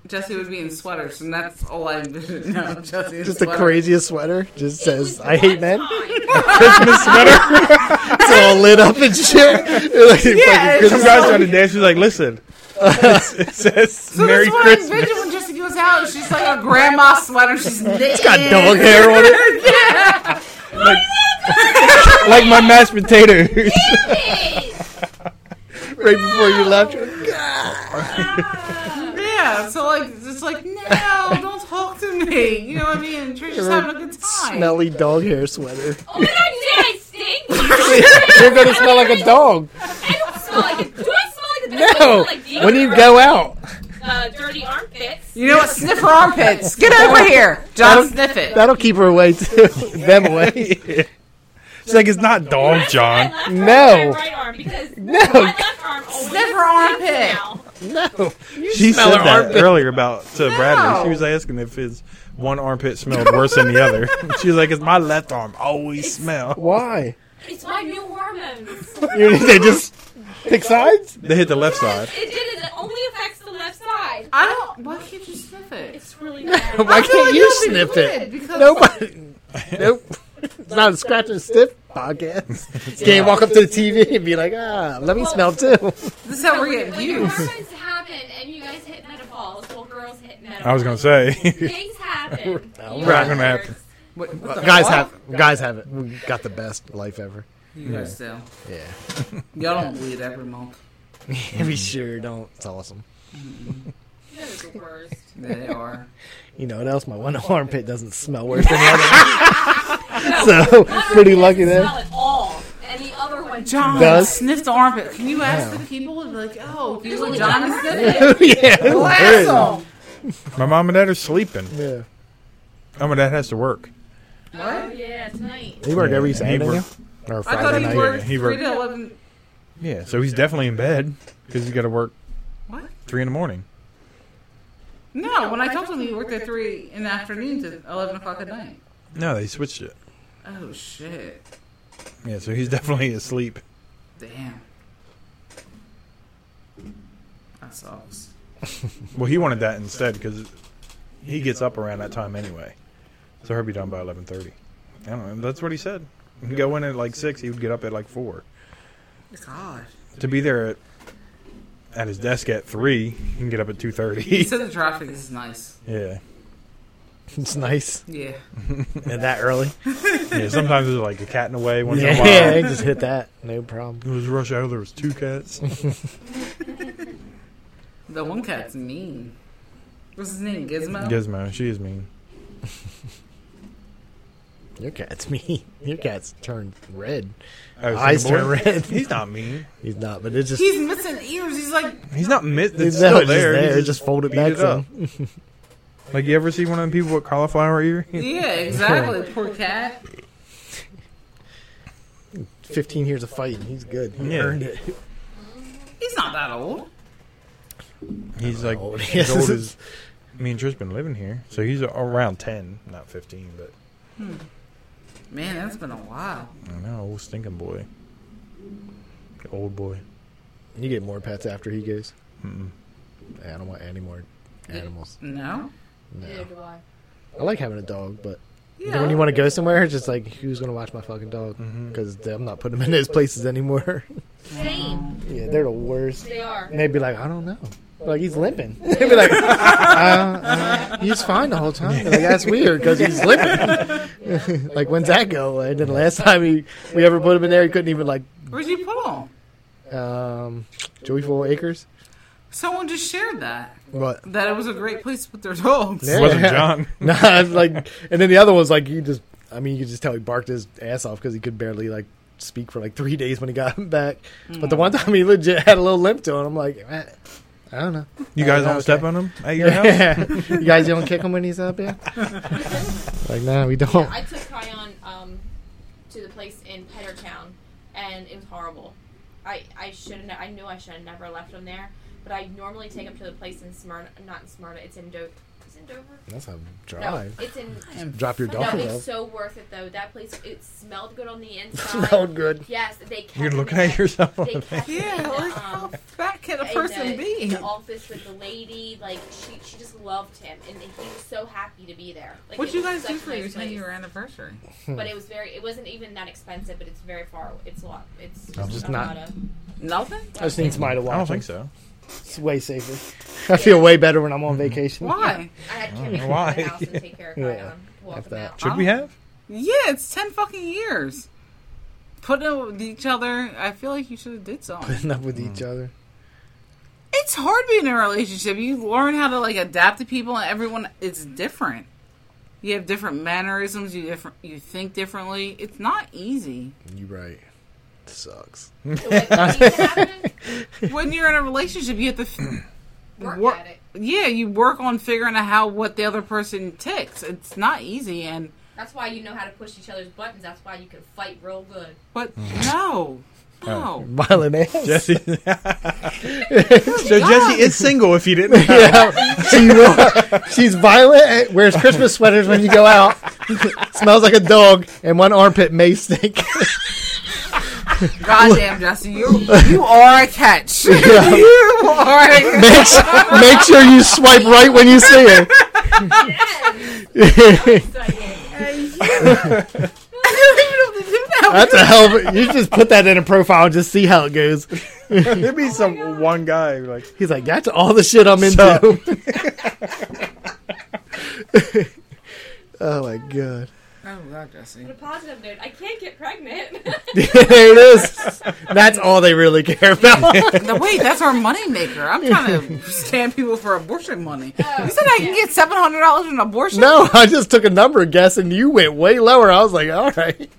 C: Jesse would be in sweaters, and that's all I envisioned. No, Jesse in
B: Just the
C: sweater.
B: craziest sweater. Just says, "I hate men."
A: Christmas sweater.
B: It's all lit up and shit. Like fucking
C: it's-
A: Some
B: Christmas-
A: guys trying to dance. She's like, listen. It says
C: So
A: Merry
C: that's what
A: Christmas.
C: I envisioned when Jesse goes out. She's like a grandma sweater. She's it's
B: got dog hair on it.
A: like my mashed potatoes.
B: Right before you left, you're like,
C: Yeah, so like it's like no, don't talk to me. You know what I mean? And Trisha's having a good time.
B: smelly dog hair sweater.
E: Oh my god, you say I stink? I
B: You're gonna smell like a dog.
E: don't smell like a. Do I smell like a. I smell
B: No,
E: like
B: when you
E: deodorant,
B: go out,
E: uh, dirty armpits.
C: You know what? Sniff her armpits. Get over here, John. Sniff it.
B: that'll keep her away too. Them away.
A: She's like, it's not dog, John.
E: My left
B: No.
E: arm and my right arm because
B: No.
E: my left arm always
C: Sniff her
E: stinks
C: armpit.
E: now.
B: No,
A: She
B: smell
A: said
B: her
A: that
B: armpit.
A: earlier about to Bradley.
C: No.
A: She was asking if his one armpit smelled worse than the other. She was like, "It's my left arm always smell."
B: why?
E: It's my new hormones.
B: You, they just pick sides.
A: They hit the left side.
E: It did. It only affects the left side.
C: I don't. Why can't you sniff it?
E: It's really bad.
B: Why
C: I feel
B: can't
C: like
B: you
C: that'd be
B: sniff
C: weird
B: it?
C: Because
B: Nobody. Nope. It's not a scratch and sniff podcast. You can't walk up to the TV and be like, ah, let me smell too.
C: this is how we're getting
F: When your
C: views.
F: hormones happen and you guys hit menopause, well, girls hit menopause.
A: I was gonna say,
F: Things happen.
B: No,
F: You
A: we're not
F: know,
A: gonna happen.
C: What, what the
B: Guys
C: fuck?
B: have guys have it. We got the best life ever.
C: You guys do.
B: Yeah.
C: Y'all don't bleed every month. Mm-hmm.
B: we sure don't. It's awesome.
F: you guys are the worst.
C: They are.
B: You know what else? My one armpit doesn't smell worse than the other. so pretty lucky there.
F: Smell at all. And the other one
C: John
B: Does-
C: sniff the armpit. Can you ask the people? And be like, oh, you and John is sniff it.
B: yeah. who cares?
C: Blast 'em.
A: my mom and dad are sleeping.
B: Yeah.
A: Oh, my dad has to work.
C: What?
F: Yeah, tonight.
B: He work
A: Yeah,
B: every
A: he
B: Saturday now?
A: worked-
B: or
C: I thought
B: Friday
C: he
B: night.
C: worked
A: he
C: three
A: worked-
C: to eleven.
A: Yeah, so he's definitely in bed because he's got to work
C: What?
A: three in the morning.
C: No, when I talked to him, he worked at three in the afternoon to eleven o'clock at night.
A: No, they switched it.
C: Oh shit!
A: Yeah, so he's definitely asleep.
C: Damn. That sucks.
A: Well, he wanted that instead because he gets up around that time anyway. So he'll be done by eleven thirty. I don't know. That's what he said. He'd go in at like six. He would get up at like four
C: God.
A: to be there at, at his desk at three. He can get up at two
C: He
A: thirty.
C: said the traffic is nice.
A: yeah.
B: It's nice.
C: Yeah.
B: And that early.
A: Yeah. Sometimes there's like a cat in the way. Once in a
B: Yeah,
A: while.
B: they just hit that. No problem.
A: It was rush hour. There was two cats.
B: Oh.
C: The one cat's mean. What's his name? Gizmo.
A: Gizmo. She is mean.
B: Your cat's me. Your cat's turned red.
A: Oh,
B: Eyes
A: so the boy-
B: turn red.
A: He's not mean.
B: He's not, but it's just
C: He's missing ears. He's like,
A: He's not mid. It's
B: it's
A: still
B: no, it's
A: there.
B: just
A: He
B: there. Just, fold it
A: beat
B: back.
A: it
B: some.
A: Like you ever see one of them people with cauliflower ear?
C: yeah, exactly. Poor cat.
B: Fifteen years of fighting. He's good. He
A: Yeah.
B: earned it.
C: He's not that old.
A: He's like
B: old he
A: as old
B: is.
A: as me and Trish been living here, so he's around ten, not fifteen. But
C: Man, that's been a while.
A: I don't know, old stinking boy, old boy.
B: You get more pets after he goes. I don't want any more animals.
C: No.
B: No.
F: do I.
B: I like having a dog, but
C: Yeah.
B: when you want to go somewhere, it's just like who's gonna watch my fucking dog?
A: Mm-hmm.
B: Because I'm not putting them in those places anymore.
F: Same.
B: yeah, they're the worst.
F: They are.
B: And they'd be like, I don't know. Like he's limping. They'd be like, uh, uh, he's fine the whole time. They're Like that's weird because he's limping. like when's that go? And then last time he we ever put him in there, he couldn't even like
C: Where'd you put him?
B: um, Joyful Acres.
C: Someone just shared that
B: What?
C: that it was a great place to put their dogs.
A: It wasn't John.
B: Nah, it's like, and then the other one's like he just. I mean, you could just tell he barked his ass off because he could barely like speak for like three days when he got him back. But the one time he legit had a little limp to him, I'm like, eh, I don't know.
A: You guys
B: Oh,
A: don't step
B: okay.
A: on him at your house.
B: Yeah. you guys don't kick him when he's up here. like, nah, we don't.
F: I took Kion um, to the place in Pettertown, and it was horrible. I I should have. I knew I should have never left him there. But I normally take him to the place in Smyrna. Not in Smyrna. It's in Do- it's in Dover?
B: That's how
F: No,
B: dry.
F: it's in.
B: Drop your
F: No,
B: dog
F: it's
B: off.
F: so worth it though. That place, it smelled good on the inside.
B: Smelled good.
F: Yes, they. kept
A: You're
F: me
A: looking at
F: that-
A: yourself.
F: They kept me in
C: Yeah,
F: the,
C: like how
F: um,
C: fat can a
F: in
C: person
F: the,
C: be?
F: in the office with the lady, like she, she just loved him, and he was so happy to be there. Like,
C: What'd
F: it
C: you
F: was
C: guys
F: such
C: do
F: a
C: for
F: nice
C: your ten
F: place.
C: year anniversary?
F: But it was very. It wasn't even that expensive, but it's very far. It's a lot. It's just,
B: I'm just
F: a
B: not-
F: lot of.
C: Nothing?
B: I just need somebody to watch.
A: I don't think
B: them.
A: so.
B: It's way safer. I feel way better when I'm on vacation.
C: Why?
F: I had Kimmy
A: know
F: come
A: why.
F: to my house and take care of
B: Oh, Yeah.
F: Kion. Walk
B: Have
F: him
B: that.
F: out.
A: Should we have?
C: Yeah, it's ten fucking years. Putting up with each other, I feel like you should have did something.
B: Putting up with each other.
C: it's hard being in a relationship. You learn how to like adapt to people, and everyone is different. You have different mannerisms. You different. You think differently. It's not easy
B: You right. Sucks.
F: So what needs to happen?
C: when you're in a relationship. You have to f-
F: Work
C: Work-
F: at it.
C: yeah, you work on figuring out how what the other person ticks. It's not easy, and
F: That's why you know how to push each other's buttons. That's why you can fight real good.
C: but no, no,
B: Violent ass.
A: Jesse. so Jesse is single. If you didn't, know.
B: Yeah. She will- she's violent. and Wears Christmas sweaters when you go out. Smells like a dog, and one armpit may stink.
C: goddamn, Jesse, you you are a catch. you are. A catch.
B: make, su- make sure you swipe right when you see her.
C: I don't even know what to do now.
B: That's a hell of a, You just put that in a profile and just see how it goes.
A: there'd be some one guy like
B: He's like, that's all the shit I'm
A: Sup?
B: into. oh my god.
C: Oh God, Jesse.
E: On a positive note, I can't get pregnant.
B: there it is. That's all they really care about.
C: No, wait, that's our moneymaker. I'm trying to stand people for abortion money. You said I can get seven hundred dollars in abortion.
B: no, I just took a number guess and you went way lower. I was like, all right.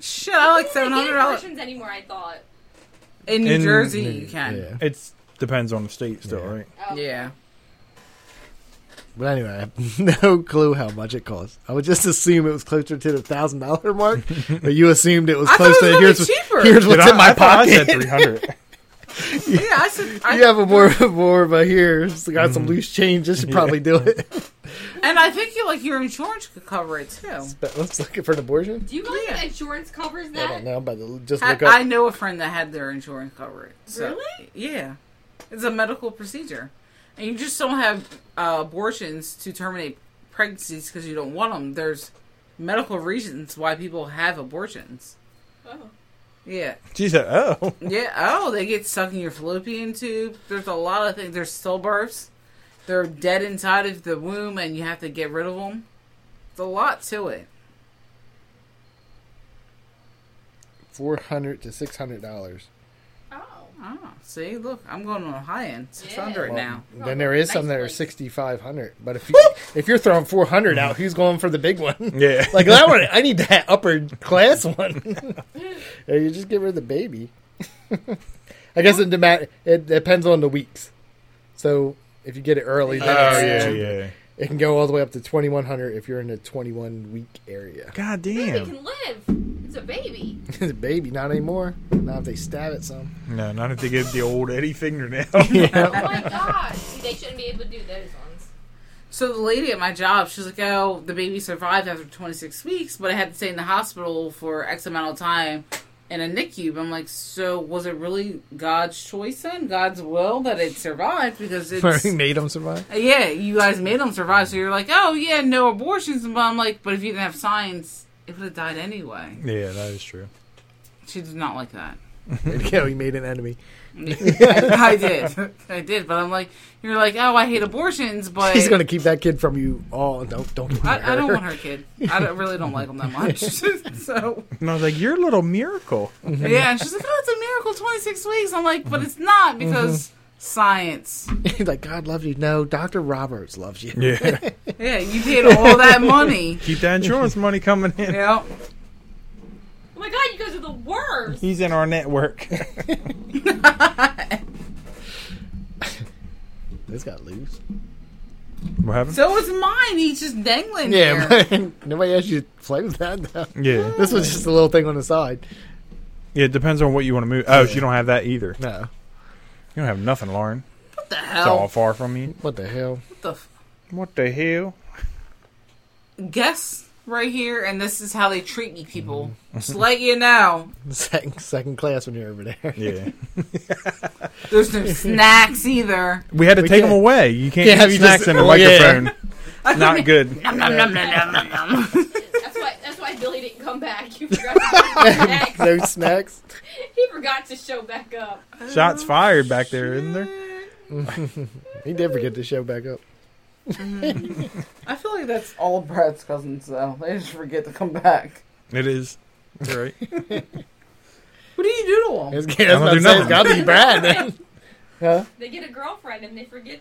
C: shit, I like seven
F: I
C: hundred
F: can't
C: dollars
F: questions anymore. I thought.
C: in New
A: In-
C: Jersey. You can, yeah.
B: Yeah.
A: it's depends on the state still,
B: Yeah.
A: right?
F: Oh.
B: But anyway, I have no clue how much it cost. I would just assume it was closer to the thousand dollar mark, but you assumed it was
C: I thought
B: close
C: it was
B: to
C: gonna be
B: here's,
C: cheaper.
B: here's what's
A: Did I-
B: in my
A: I thought I said
B: pocket.
A: three hundred.
C: yeah, I said. I,
B: you have a more more of a here. so got some loose change. This should probably do it.
C: and I think you like your insurance could cover it too.
B: But let's look for an abortion.
F: Do you believe
C: Yeah.
F: that insurance covers
B: I don't
F: that?
B: know. I'm about to just
C: I,
B: look
C: I
B: up.
C: know a friend that had their insurance cover it. So,
F: Really?
C: Yeah, it's a medical procedure, and you just don't have uh, abortions to terminate pregnancies because you don't want them. There's medical reasons why people have abortions.
E: Oh.
C: Yeah.
A: She said, "Oh,
C: Yeah. Oh, they get stuck in your fallopian tube. There's a lot of things. There's stillbirths. They're dead inside of the womb, and you have to get rid of them. It's a lot to it.
B: Four hundred to six hundred dollars.
F: Oh.
C: Oh, see, look, I'm going on a high end, six hundred
F: Yeah.
C: now.
B: Then there is some that are
F: Nicely.
B: sixty five hundred. But if you if you're throwing four hundred out, who's going for the big one?
A: yeah." Oh,
B: Like that one, I need that upper class one. Yeah, you just give her the baby. I guess it, dema- it depends on the weeks. So if you get it early, then
A: oh
B: it's
A: yeah,
B: cheaper.
A: yeah.
B: It can go all the way up to 2100 if you're in the 21 week area.
A: God
F: Baby
A: damn.
F: can live. It's a baby.
B: the baby, not anymore. Not if they stab at some.
A: No, not if they give the old Eddie fingernail.
F: Oh my god. See, they shouldn't be able to do those ones.
C: So the lady at my job, she's like, "Oh, the baby survived after 26 weeks, but I had to stay in the hospital for X amount of time in a NICU." But I'm like, "So was it really God's choice then, God's will that it survived? Because it's
B: He made them survive.
C: yeah, you guys made them survive. So you're like, oh yeah, no abortions." But I'm like, "But if you didn't have signs, it would have died anyway."
A: yeah, that is true.
C: She did not like that.
B: yeah, he made an enemy.
C: I did, I did. But I'm like, you're like, "Oh, I hate abortions," but
B: He's going to keep that kid from you all. Don't, don't. do
C: I, I don't want her kid. I don't- really don't like him that much. so.
A: And I was like, "Your little miracle."
C: Yeah, and she's like, oh, it's a miracle, 26 weeks. I'm like,
A: Mm-hmm.
C: but it's not because science.
B: He's like, God loves you. No, Dr. Roberts loves you.
A: Yeah,
C: Yeah, you paid all that money.
A: keep that insurance money coming in.
C: Yep.
E: Oh my god, you guys are the worst.
A: He's in our network.
B: This got loose.
A: what happened?
C: So it's mine. He's just dangling
B: Yeah,
C: there.
B: but nobody asked you to play with that. Though.
A: Yeah,
B: This was just a little thing on the side.
A: yeah. It depends on what you want to move. Oh, so you don't have that either. You
B: No.
A: don't have nothing, Lauren.
C: What the
A: It's all
C: hell?
A: far from you.
B: What the hell?
C: What the f-
A: What the hell?
C: guess right here, and this is how they treat me, people.
A: Mm-hmm.
C: Just let you know,
B: Second, second class when you're over there.
A: Yeah.
C: there's no snacks either.
A: We had to
B: We
A: take
B: can't-
A: them away. You can't
B: can't
A: have
B: have you
A: snacks
B: just-
A: in the
B: well, yeah.
A: microphone. oh, Not good.
C: Nom, nom, nom, nom, nom, nom, nom.
F: That's why. That's why Billy didn't come back. He forgot. To come back.
B: No snacks.
F: He forgot to show back up.
A: Shots fired back there, isn't there?
B: He did forget to show back up.
C: I feel like that's all of Brad's cousins, though. They just forget to come back.
A: It is. You're right.
C: What do you do to them?
B: It's, I
A: do
B: was about to say,
A: nothing.
B: it's gotta be Brad then. Huh?
F: They get a girlfriend and they forget.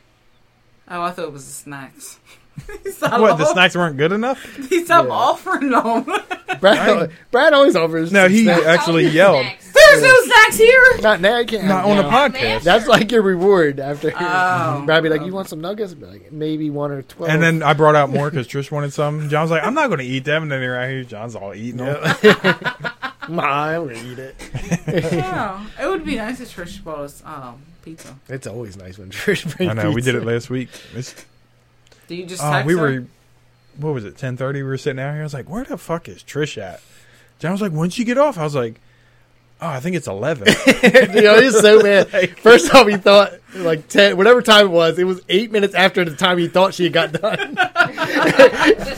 C: Oh, I thought it was the snacks. He's not
A: What? The
C: off-
A: snacks weren't good enough?
C: He's not
B: Yeah.
C: offering them.
B: Brad, Brad always offers.
A: No,
B: some
A: he
B: snacks.
A: actually
F: Tell me
A: yelled.
F: next.
C: There's no snacks here.
B: Not now. You can't.
A: Not
B: have
A: on a
B: now.
A: podcast.
B: That's like your reward after.
C: Oh.
B: Brad be like, "You want some nuggets?" I'd be like, maybe one or twelve.
A: And then I brought out more because Trish wanted some. John's like, I'm not going to eat them. And then they're out here. John's all eating them.
B: Ma, I'm gonna eat it.
C: Yeah, it would be nice if Trish bought us um, pizza.
B: It's always nice when church brings.
A: I know. We did
B: pizza.
A: it last week. It's,
C: Do you just?
A: oh,
C: text
A: we
C: her?
A: were, what was it, 10.30? We were sitting out here. I was like, where the fuck is Trish at? John was like, when'd you get off? I was like, oh, I think it's 11.
B: you know, he's so mad. First off, he thought like ten, whatever time it was, it was eight minutes after the time he thought she had got done.
F: oh,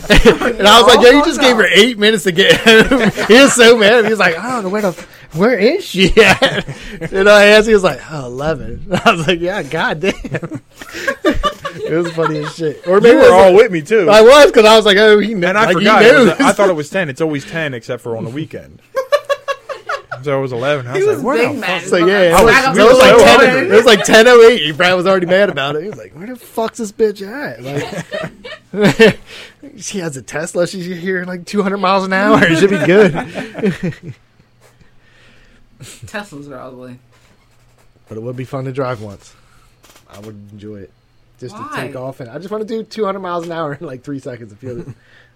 A: Oh,
B: and I was like, "Yo, you just gave her eight minutes to get home." he was so mad. He was like, "I don't know where the, where is she at?" And I asked, he was like, "Oh, 11. I was like, "Yeah, goddamn." it was funny as shit. Or
A: you
B: maybe
A: were
B: it was-
A: all with me, too.
B: I was because I was like, "Oh, he kn-
A: And I
B: like, he
A: forgot. It was-
B: knows.
A: I thought it was 10. It's always 10 except for on the weekend. so it was 11. I was,
C: He was
A: like, where the
C: big
A: fuck-
C: mad.
B: So yeah,
A: I
B: it
A: was-
B: was,
A: I
B: it was
A: was so
B: like
A: hungry.
B: ten. It was like ten oh eight. Brad was already mad about it. He was like, "Where the fuck's this bitch at?" Like, she has a Tesla. She's here like two hundred miles an hour. It should be good.
C: Teslas are ugly.
B: But it would be fun to drive once. I would enjoy it just
C: Why?
B: to take off and I just want to do two hundred miles an hour in like three seconds and feel it,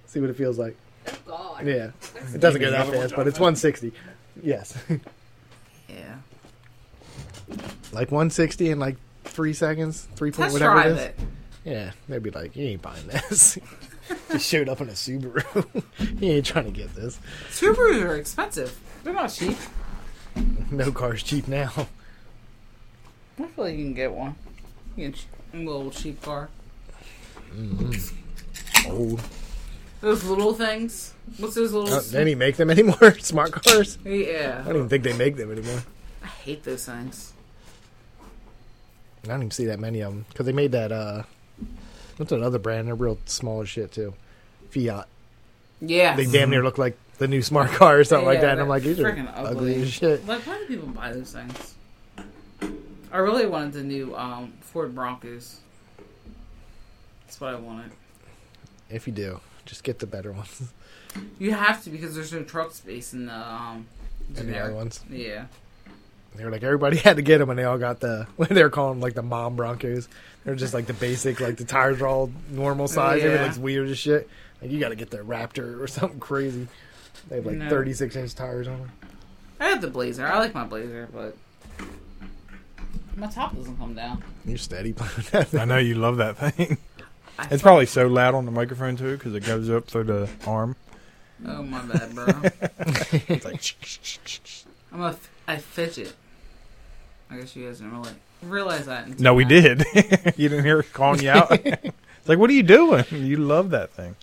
B: see what it feels like.
F: Oh God.
B: Yeah, it doesn't go that fast, but it's one sixty. Yes,
C: Yeah.
B: like one sixty in like three seconds, three point
C: Test
B: whatever it
C: drive
B: is.
C: it.
B: Yeah, they'd be like, "You ain't buying this." you showed up in a Subaru. you ain't trying to get this.
C: Subarus are expensive. They're not cheap.
B: No car's cheap now.
C: I feel like you can get one. You can ch- a little cheap car.
B: Old.
C: Those little things. What's those little?
B: Uh, they didn't make them anymore. Smart cars. I
C: yeah.
B: don't even think they make them anymore.
C: I hate those things.
B: I don't even see that many of them because they made that. uh What's another brand? They're real small as shit too. Fiat.
C: Yeah.
B: They damn near look like the new smart car or something like
C: Yeah,
B: that. And I'm
C: they're
B: like, these are ugly.
C: freaking ugly.
B: as shit.
C: Like, why do people buy those things? I really wanted the new um, Ford Broncos. That's what I wanted.
B: If you do, just get the better ones.
C: You have to because there's no truck space in the um.
B: And the other
C: generic-
B: ones.
C: Yeah.
B: They were like everybody had to get them, and they all got the. They were calling them like the mom Broncos. They're just like the basic, like the tires are all normal size.
C: Oh, Yeah.
B: Everything's weird as shit. Like you got to get the Raptor or something crazy. They have like
C: No.
B: 36 inch tires on them.
C: I had the blazer. I like my blazer, but my top doesn't come down.
B: You're steady playing that.
A: I
B: thing.
A: know you love that thing.
C: I
A: It's probably so loud on the microphone, too, because it goes up through the arm.
C: Oh my bad, bro. I'm a, f- I fidget. I guess you guys didn't really realize that. until
A: No, we
C: now.
A: did. you didn't hear it calling you out. it's like, what are you doing? You love that thing.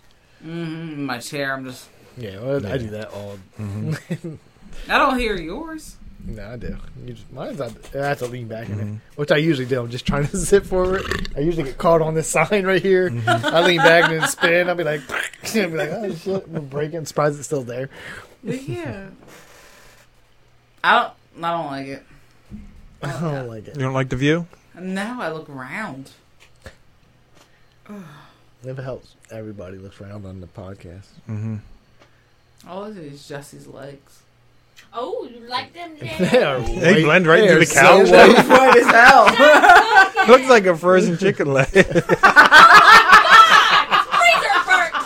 C: Mhm, my chair. I'm just.
B: Yeah, well,
A: Yeah.
B: I do that all.
C: I don't hear yours.
B: No, I do. You just, mine's not, I have to lean back in it, which I usually do. I'm just trying to sit forward. I usually get caught on this sign right here. I lean back and then spin. I'll be like, I'll be like, oh shit, I'm breaking. Surprised it's still there.
C: Yeah. I don't. I don't like it. Oh,
B: I don't like it.
A: You don't like the view?
C: Now I look round.
B: It helps everybody looks around on the podcast.
A: Mm-hmm.
C: All I see is Jesse's legs.
F: Oh, you like them
B: They
F: now?
B: are
A: They
B: white.
A: blend right
B: They
A: into
B: are
A: the
B: so
A: couch.
B: white.
C: What is hell?
A: Looks like a frozen chicken leg.
F: Freezer burnt,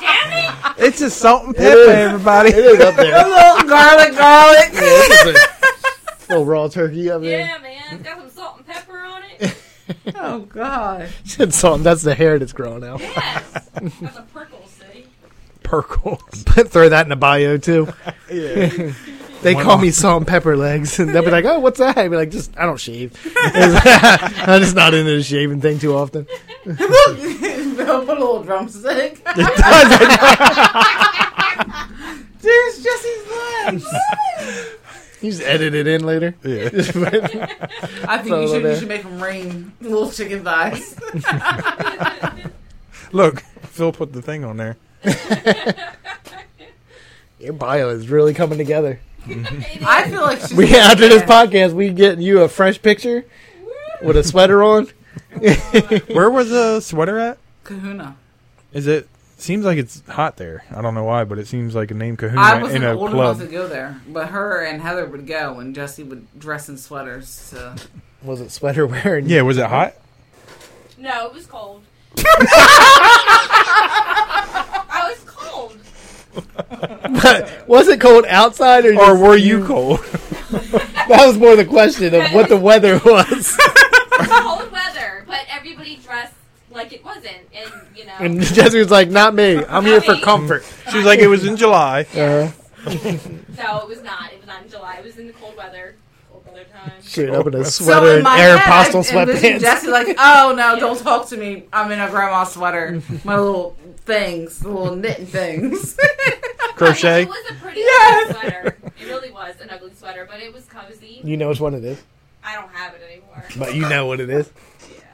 F: damn it!
A: it's a salt and pepper, everybody.
B: it is up there.
C: little garlic, garlic.
B: Little raw turkey up there.
F: Yeah, man, it's got some salt and pepper on it.
C: Oh God.
B: Said something. That's the hair that's growing out.
E: Yes. That's a purple city.
A: Perkles.
B: Throw that in the bio too.
A: Yeah.
B: They
A: Why
B: call
A: not?
B: me salt and pepper legs, and they'll be like, "Oh, what's that?" I'll be like, "Just I don't shave. I'm just not into the shaving thing too often."
C: Bill put a little drumstick. There's Jesse's legs.
B: You just edit it in later.
A: yeah.
C: I think you
B: Solo
C: should, you
B: there.
C: should make them rain little chicken thighs.
A: Look, Phil put the thing on there.
B: Your bio is really coming together.
C: I feel like she's
B: We after this podcast, we get you a fresh picture with a sweater on.
A: Where was the sweater at?
C: Kahuna.
A: Is it? Seems like it's hot there. I don't know why, but it seems like a name
C: I
A: Kahuna in
C: wasn't
A: a
C: old enough to
A: club.
C: go there, but her and Heather would go, and Jesse would dress in sweaters. To...
B: Was it sweater wearing?
A: Yeah, was it hot?
F: No, it was cold. I was cold.
B: But was it cold outside or,
A: Or
B: just-
A: were you cold?
B: That was more the question of what the weather was,
F: It was cold weather, but everybody dressed like it wasn't, and you know.
B: and Jesse was like, "Not me. I'm here for comfort."
A: she was like, it was in July.
B: Uh,
F: no, it was not. It was not in July. It was in the cold weather. Cold weather time.
B: shit, up in a
C: So
B: sweater
C: in
B: and
C: my
B: Air
C: head,
B: Postal
C: I envisioned
B: sweatpants.
C: Jesse like, oh no, don't talk to me. I'm in a grandma sweater. My little things, the little knitting things.
A: Crochet.
F: It was a pretty
C: Yes.
F: ugly sweater. It really was an ugly sweater, but it was cozy.
B: You know which one it is,
F: I don't have it anymore.
B: but you know what it is.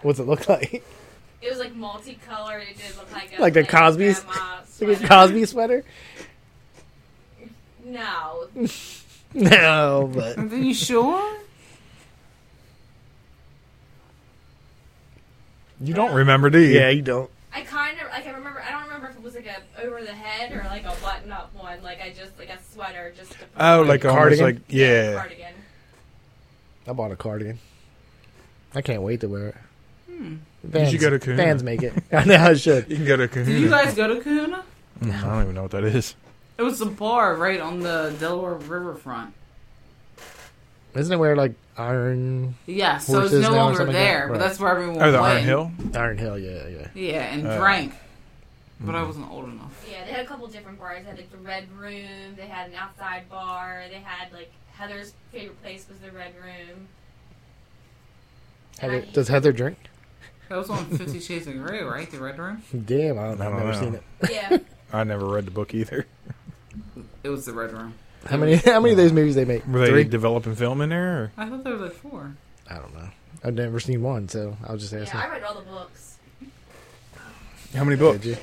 B: What's it look like?
F: It was like multicolored. It did look like a
B: Like the Cosby's-
F: grandma
B: Like a
F: sweater.
B: Cosby sweater?
F: No,
B: No, but
C: Are you sure?
A: You don't remember, do you?
B: yeah, you don't.
F: I kind of like I remember. I don't remember if it was like a over the head or like a button up one. Like I just like a sweater, just to put
A: Oh,
F: on
A: like
F: a
A: almost
B: Cardigan?
A: like yeah.
F: cardigan.
B: I bought a cardigan. I can't wait to wear it.
C: Hmm.
A: You should go to Kahuna.
B: Fans make it. I know I should.
A: You can go to
C: Did you
A: Kahuna.
C: guys go to Kahuna?
A: I don't even know what that is.
C: It was a bar right on the Delaware riverfront.
B: Isn't it where like Iron
C: Yeah, so it's
B: Horses
C: no
B: now or
C: longer
B: something like
C: there,
B: that?
C: but
B: Right.
C: that's where everyone
A: Oh, the
C: played.
A: Iron Hill.
B: Iron Hill? Yeah, yeah.
C: Yeah, and
A: Uh, mm.
C: drank. But I wasn't old enough.
F: Yeah, they had a couple different bars. They had like the red room. They had an outside bar. They had like Heather's favorite place was the red room.
B: Heather, does Heather drink?
C: That was on Fifty Shades of Grey, right? The Red Room?
B: Damn, I don't,
A: I
B: I've
A: don't
B: never
A: know.
B: seen it.
F: Yeah,
A: I never read the book either.
C: It was the Red Room.
B: How many? How many of those movies they make?
A: Were they
B: Three?
A: developing film in there? Or?
C: I thought there were like four.
B: I don't know. I've never seen one, so I was just
F: yeah.
B: asking.
F: I read all the books.
A: How many books?
B: Did you?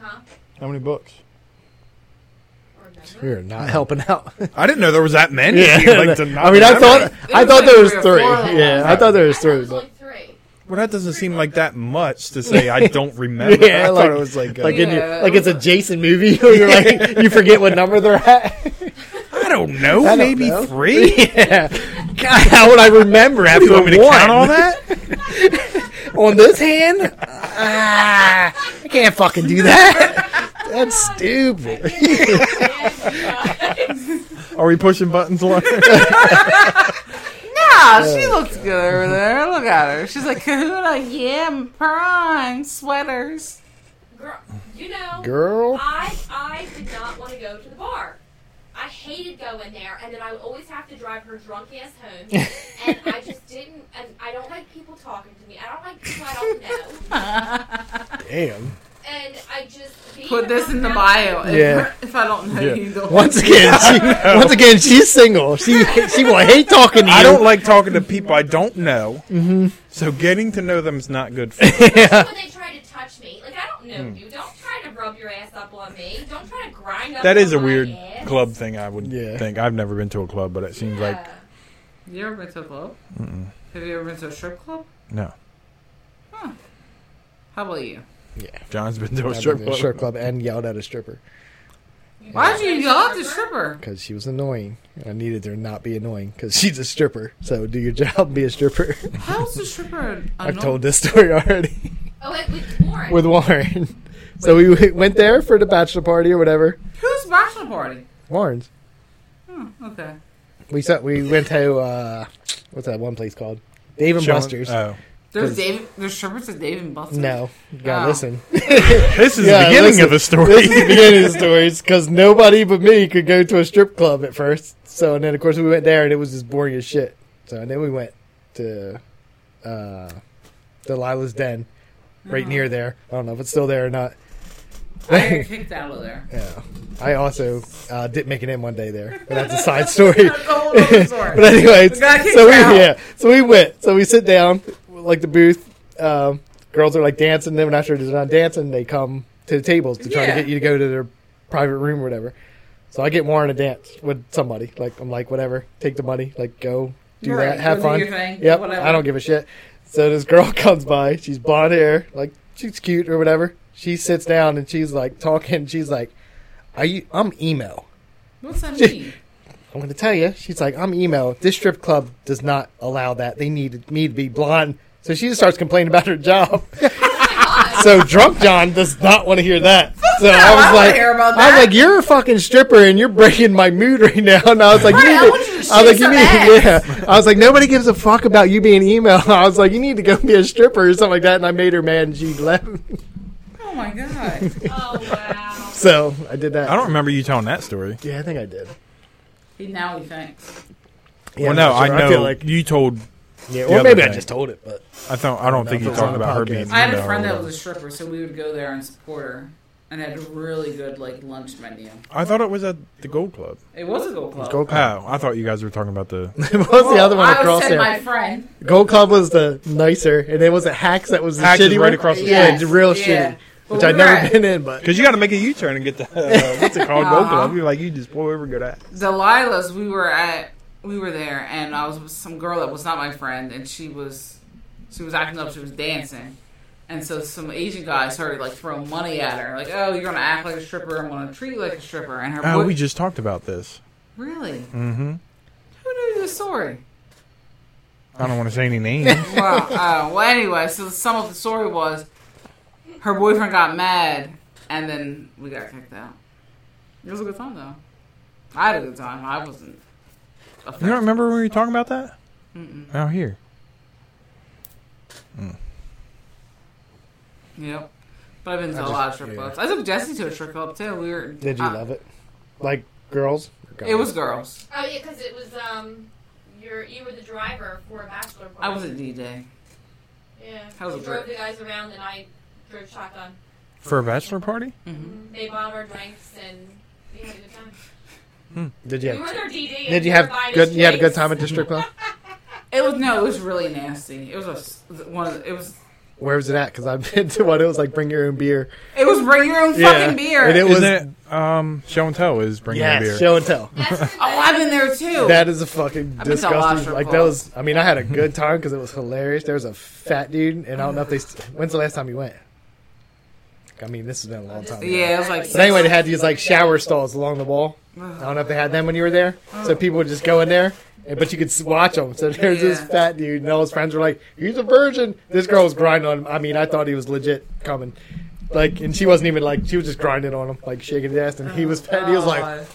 F: Huh?
A: How many books?
F: Remember?
B: You're not helping out.
A: I didn't know there was that many.
B: Yeah,
A: Like, to not
B: I mean, I
A: remember.
B: thought I
C: was
B: thought
C: like
B: there was
C: three or
B: three.
C: four of them.
B: Yeah, I thought there was
F: I thought it
B: three,
F: was
B: but
F: only three.
A: Well, that doesn't seem like that much to say I don't remember.
B: Yeah,
A: I
B: like-
A: thought it was like, uh,
B: like in
C: Yeah,
B: your,
C: it
B: like it's
C: was
B: a Jason movie where you're like you forget what number they're at.
A: I don't know,
B: uh, I don't
A: maybe
B: know.
A: three.
B: yeah. God, how would I remember after
A: You want me to
B: one?
A: count all that?
B: on this hand? Ah, I can't fucking do that. That's stupid.
F: uh,
A: Are we pushing buttons? Lauren?
C: Ah, she looks good over there. Look at her. She's like, Kahuna, yeah, prime sweaters.
F: Girl, you know,
B: Girl,
F: I I did not want to go to the bar. I hated going there, and then I would always have to drive her drunk ass home. and I just didn't. And I don't like people talking to me. I don't like people I don't know.
B: damn.
F: And I just being
C: Put this in the
F: around-
C: bio. If,
B: Yeah.
C: if I don't know
A: Yeah.
C: you, don't.
B: Once again, she, once again, she's single. She she will hate talking to you.
A: I don't like talking to people I don't know. Mm-hmm. So getting to know them is not good for me.
F: When they try to touch me, like I don't know
B: Hmm.
F: you. Don't try to rub your ass up on me. Don't try to grind up.
A: That is a
F: on my
A: weird
F: ass.
A: club thing. I would
B: Yeah.
A: think. I've never been to a club, but it seems
F: Yeah.
A: like
C: You ever been to a club? Have you ever been to a strip club?
A: no.
C: How about you?
A: John's been to a
B: I've
A: strip
B: been to
A: club.
B: a strip club and yelled at a stripper
C: Why would you yell at the stripper?
B: because she was annoying. And I needed her not be annoying because she's a stripper. So do your job and be a stripper.
C: How's the stripper?
B: I've told this story already.
F: Oh, it was Warren.
B: with Warren. So we w- went there for the bachelor party or whatever.
C: Who's bachelor party?
B: Warren's.
C: Okay.
B: We saw, we went to uh, what's that one place called? Dave and
A: Showing-
B: Buster's.
A: Oh,
C: There's Dave. There's sherbets at Dave and Buster's.
B: No, gotta
C: Oh.
B: listen.
A: This is
B: Yeah,
A: the beginning
B: listen,
A: of the
B: This is the
A: story.
B: beginning of the stories because nobody but me could go to a strip club at first. So and then of course we went there and it was just boring as shit. So and then we went to uh, Delilah's Den, right near there. I don't know if it's still there or not.
C: I got kicked out of there.
B: Yeah. I also uh, didn't make it in one day there, but that's a side story.
C: That's a whole other story.
B: but anyways,
C: The guy kicked
B: so we
C: out.
B: yeah, so we went. So we sit down, like the booth. Um, girls are like dancing. Then after they're done dancing, they come to the tables to try
C: Yeah.
B: to get you to go to their private room or whatever. So I get Warren to dance with somebody. Like I'm like whatever, take the money, like go do
C: Right,
B: that, have
C: go do
B: fun.
C: your thing,
B: yep,
C: whatever.
B: I don't give a shit. So this girl comes by. She's blonde hair, like she's cute or whatever. She sits down and she's like talking. She's like, "Are you? I'm emo."
C: What's that mean?
B: I'm going to tell you. She's like, I'm emo. This strip club does not allow that. They need me to be blonde. So she just starts complaining about her job. so drunk John does not want to hear that. So I
C: I
B: was
C: wanna
B: like,
C: hear about
B: I was
C: that.
B: like, you're a fucking stripper and you're breaking my mood right now. And I was like, you
C: Right,
B: need
C: I
B: to-
C: want you to
B: I was like,
C: shave
B: you
C: some
B: need, yeah. I was like, nobody gives a fuck about you being emo. I was like, you need to go be a stripper or something like that. And I made her mad and she left.
C: Oh my god!
E: Oh wow.
B: So I did that.
A: I don't remember you telling that story.
B: Yeah, I think I did.
C: He now he thinks.
A: well,
B: Yeah, I'm
A: no,
B: not sure.
A: I know
B: feel like,
A: you told.
B: yeah,
A: the
B: or
A: other
B: maybe I
A: day.
B: just told it, but.
A: I don't. I don't think you
B: That's on
A: talked
B: the
A: about her
B: podcast.
A: being.
C: I had a
A: emo
C: friend
A: or
C: that
A: whatever.
C: was a stripper, so we would go there and support her, and had a really good like lunch menu.
A: I thought it was at the Gold Club.
C: It was a gold club.
B: Gold Club.
A: Oh, I thought you guys were talking about the.
B: what was the
C: Well,
B: other one
C: I would
B: across
C: say
B: there?
C: my friend.
B: Gold Club was the nicer, and then was it Hacks that was the
A: Hacks
B: shitty
A: is right
B: one?
A: across the
B: yeah,
C: street.
B: the real
C: Yeah.
B: shitty,
C: But
B: which
C: we
B: I've
C: were
B: never
C: at-
B: been in, but
A: Because you got to make a U turn and get the uh, what's it called Gold
C: Aw.
A: Club. You're like you just pull over, and go to.
C: Delilah's, we were at, we were there, and I was with some girl that was not my friend, and she was, she was acting up, she was dancing, and so some Asian guy started like throwing money at her, like, oh, you're gonna act like a stripper, I'm gonna treat you like a stripper, and her,
A: Oh,
C: boy-
A: we just talked about this.
C: really, who
A: Mm-hmm.
C: knew this story?
A: I don't want to say any names.
C: Wow. Uh, well, anyway, so the sum of the story was, her boyfriend got mad, and then we got kicked out. It was a good time though. I had a good time. I wasn't.
A: you don't remember when we were talking about that?
C: Mm-mm.
A: Out here.
C: Yep. But I've been to
B: I
C: a
B: just-
C: lot of strip
B: yeah.
C: clubs. I took Jesse to a strip club too. We were.
B: did you
C: uh,
B: love it? Like girls?
C: It was girls.
F: Oh yeah, because it was um, you're you were the driver for a bachelor party.
C: I was a DJ.
F: Yeah.
C: I was
F: you
C: a
F: drove
C: drink.
F: the guys around, and I drove shotgun.
A: For a bachelor party?
C: Mm-hmm.
F: They bought our drinks, and we had a good time.
B: Did you
F: We were
B: have?
F: their DD.
B: Did you have good? You had a good time at the strip club.
C: It was no. It was really nasty. It was a s- one. Of, the- it was.
B: Where was it at? Because I've been to one. It was like bring your own beer.
C: It was bring your own
B: Yeah.
C: fucking beer.
B: And it was-
A: Isn't it? Um, show and tell is bringing
B: yes,
A: a beer.
B: show and tell.
F: oh,
C: oh, I've been there too.
B: That is a fucking
C: I've been to a lot
B: disgusting.
C: of strip
B: Like that
C: clubs.
B: was. I mean, I had a good time because it was hilarious. There was a fat dude, and I don't know if they. St- when's the last time you went? I mean, this has been a long time. ago.
C: yeah, it was like.
B: But anyway, they had these like shower stalls along the wall. I don't know if they had them when you were there. So people would just go in there, and- but you could s- watch them. So there's this
C: Yeah.
B: fat dude, and all his friends were like, "He's a virgin." This girl was grinding on him. I mean, I thought he was legit coming, like, and she wasn't even like she was just grinding on him, like shaking his ass, and he was fat. He was like,
C: Oh, God.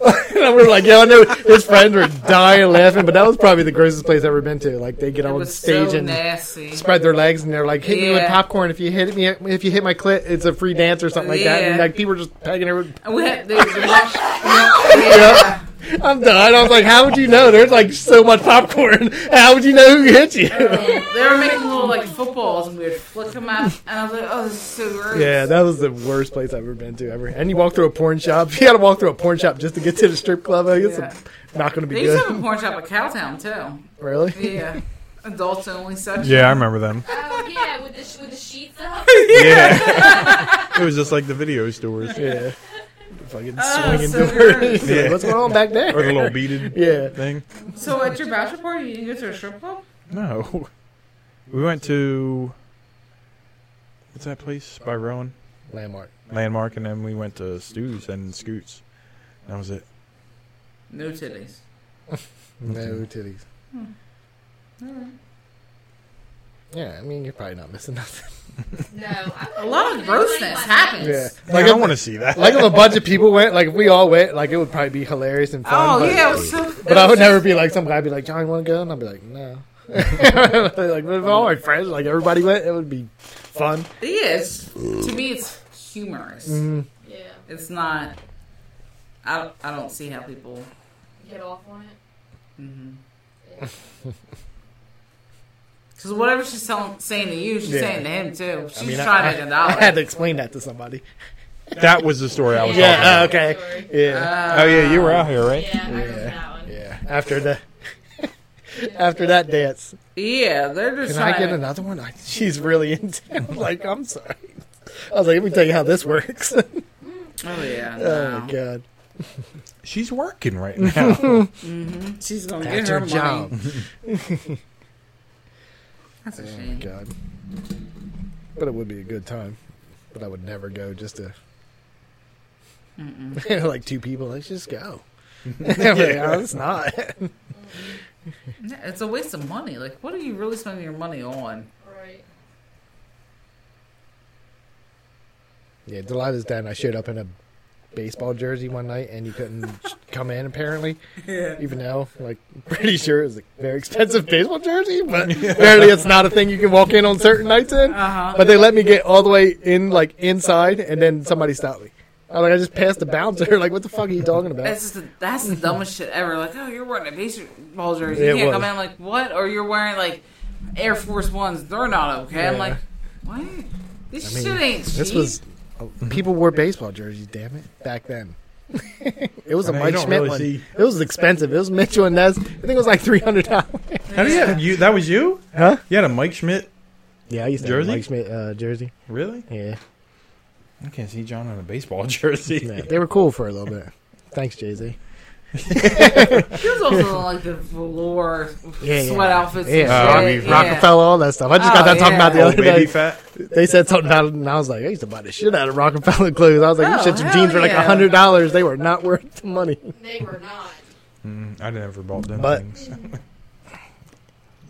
B: and we were like, "Yeah, I know." His friends were dying laughing, but that was probably the grossest place I've ever been to. Like they get
C: It
B: on
C: was
B: stage
C: so
B: and
C: nasty.
B: spread their legs and they're like, hit me with
C: Yeah.
B: popcorn. If you hit me, if you hit my clit, it's a free dance or something like that. And
C: Yeah.
B: like people were just pegging her. with-
C: And we had. They, they walked- yeah.
B: I'm done. I was like, how would you know? There's like so much popcorn. How would you know who hit you?
C: They were making little like footballs, and we would flick them out. And I was like, "Oh, this is so gross."
B: yeah, that was the worst place I've ever been to ever. And you walk through a porn shop. You got to walk through a porn shop just to get to the strip club. I guess
C: Yeah.
B: it's not going to be
C: They used to have a
B: good.
C: porn shop at Cowtown too.
B: really?
C: Yeah, adults only section.
A: Yeah, I remember them.
F: oh, yeah, with the sh- with the sheets up.
A: Yeah. it was just like the video stores.
B: Yeah. Fucking
C: Oh,
B: swinging
C: so
B: doors.
C: gross.
B: Like, What's going on back
A: Or the little
B: there?
A: beaded
B: Yeah.
A: thing.
C: So at your bachelor party, you didn't go to a strip club?
A: No. We went to. What's that place by Rowan?
B: Landmark.
A: Landmark, and then we went to Stu's and Scoot's. That was it.
C: No titties.
B: No titties.
C: Hmm.
B: Yeah, I mean, you're probably not missing nothing.
F: No, I
C: A lot of grossness happens.
B: Yeah.
A: Like, I want to see that.
B: Like if a bunch of people went, like if we all went, like it would probably be hilarious and fun.
C: Oh
B: but,
C: yeah, it was so.
B: but I would never be like some guy be like, John, want to go? And I'd be like, no. like with all my friends, like everybody went, it would be fun.
C: Yeah, it's, to me, it's humorous.
B: Mm-hmm.
F: Yeah.
C: It's not. I don't, I don't see how people.
F: Get off on it.
C: Because whatever she's telling, saying to you, she's
B: Yeah.
C: saying to him too. She's
B: I mean, I-
C: trying
B: I,
C: to get a
B: I
C: dollar.
B: had to explain that to somebody.
A: That was the story I was
B: Yeah.
A: talking about.
B: uh, okay.
F: Sorry.
B: Yeah.
C: Uh,
A: oh yeah, you were out here, right?
F: Yeah, I remember
B: Yeah.
F: that one.
B: yeah. After the after that dance,
C: Yeah, they're just
B: can
C: trying
B: I get
C: to-
B: another one? I, she's really into. I'm like, I'm sorry. I was like, let me tell you how this works.
C: Oh yeah,
B: oh
C: no.
B: my god.
A: She's working right now.
C: she's gonna get
B: That's her
C: her money.
B: job.
C: That's a
B: Oh
C: shame.
B: god. But it would be a good time. But I would never go just to like two people. Let's just go. yeah, it's not.
C: Yeah, It's a waste of money. Like, what are you really spending your money on?
F: Right.
B: Yeah, Delilah's dad and I showed up in a baseball jersey one night, and you couldn't come in apparently.
C: Yeah.
B: Even though, like, pretty sure it was a very expensive baseball jersey, but apparently it's not a thing you can walk in on certain nights in.
C: Uh-huh.
B: But they let me get all the way in, like inside, and then somebody stopped me. I like I just passed the bouncer. Like, what the fuck are you talking about?
C: That's just the, that's the dumbest shit ever. Like, oh, you're wearing a baseball jersey.
B: It
C: You can't
B: was.
C: come in like what? Or you're wearing like Air Force Ones. They're not okay. I'm
B: Yeah.
C: like, what? This
B: I mean,
C: shit ain't cheap.
B: This was oh,
C: Mm-hmm.
B: people wore baseball jerseys. Damn it, back then. it was a
A: I mean, you
B: Mike
A: don't
B: Schmidt
A: really
B: one.
A: see-
B: It was expensive. It was Mitchell and Ness. I think it was like three hundred dollars.
A: How do you, had you? That was you?
B: Huh?
A: You had a Mike Schmidt?
B: Yeah, I used
A: to have a Jersey? Mike
B: Schmidt uh, jersey.
A: Really?
B: Yeah.
A: I can't see John in a baseball jersey.
B: they were cool for a little bit. Thanks, Jay Z.
C: He was also in, like the velour
B: Yeah, yeah.
C: sweat outfits. and
B: Yeah,
A: Oh,
C: shit.
A: I mean,
C: yeah.
B: Rockefeller, all that stuff. I just
C: Oh,
B: got that talking
C: yeah.
B: about the
A: Old
B: other
A: baby
B: day.
A: fat.
B: They said something about it, and I was like, I used to buy the shit out of Rockefeller clothes. I was like,
C: Oh,
B: you said some
C: hell
B: jeans were like
C: yeah.
B: hundred dollars. They were not worth the money.
F: They were not.
A: Mm, I never bought them
B: But-
A: things.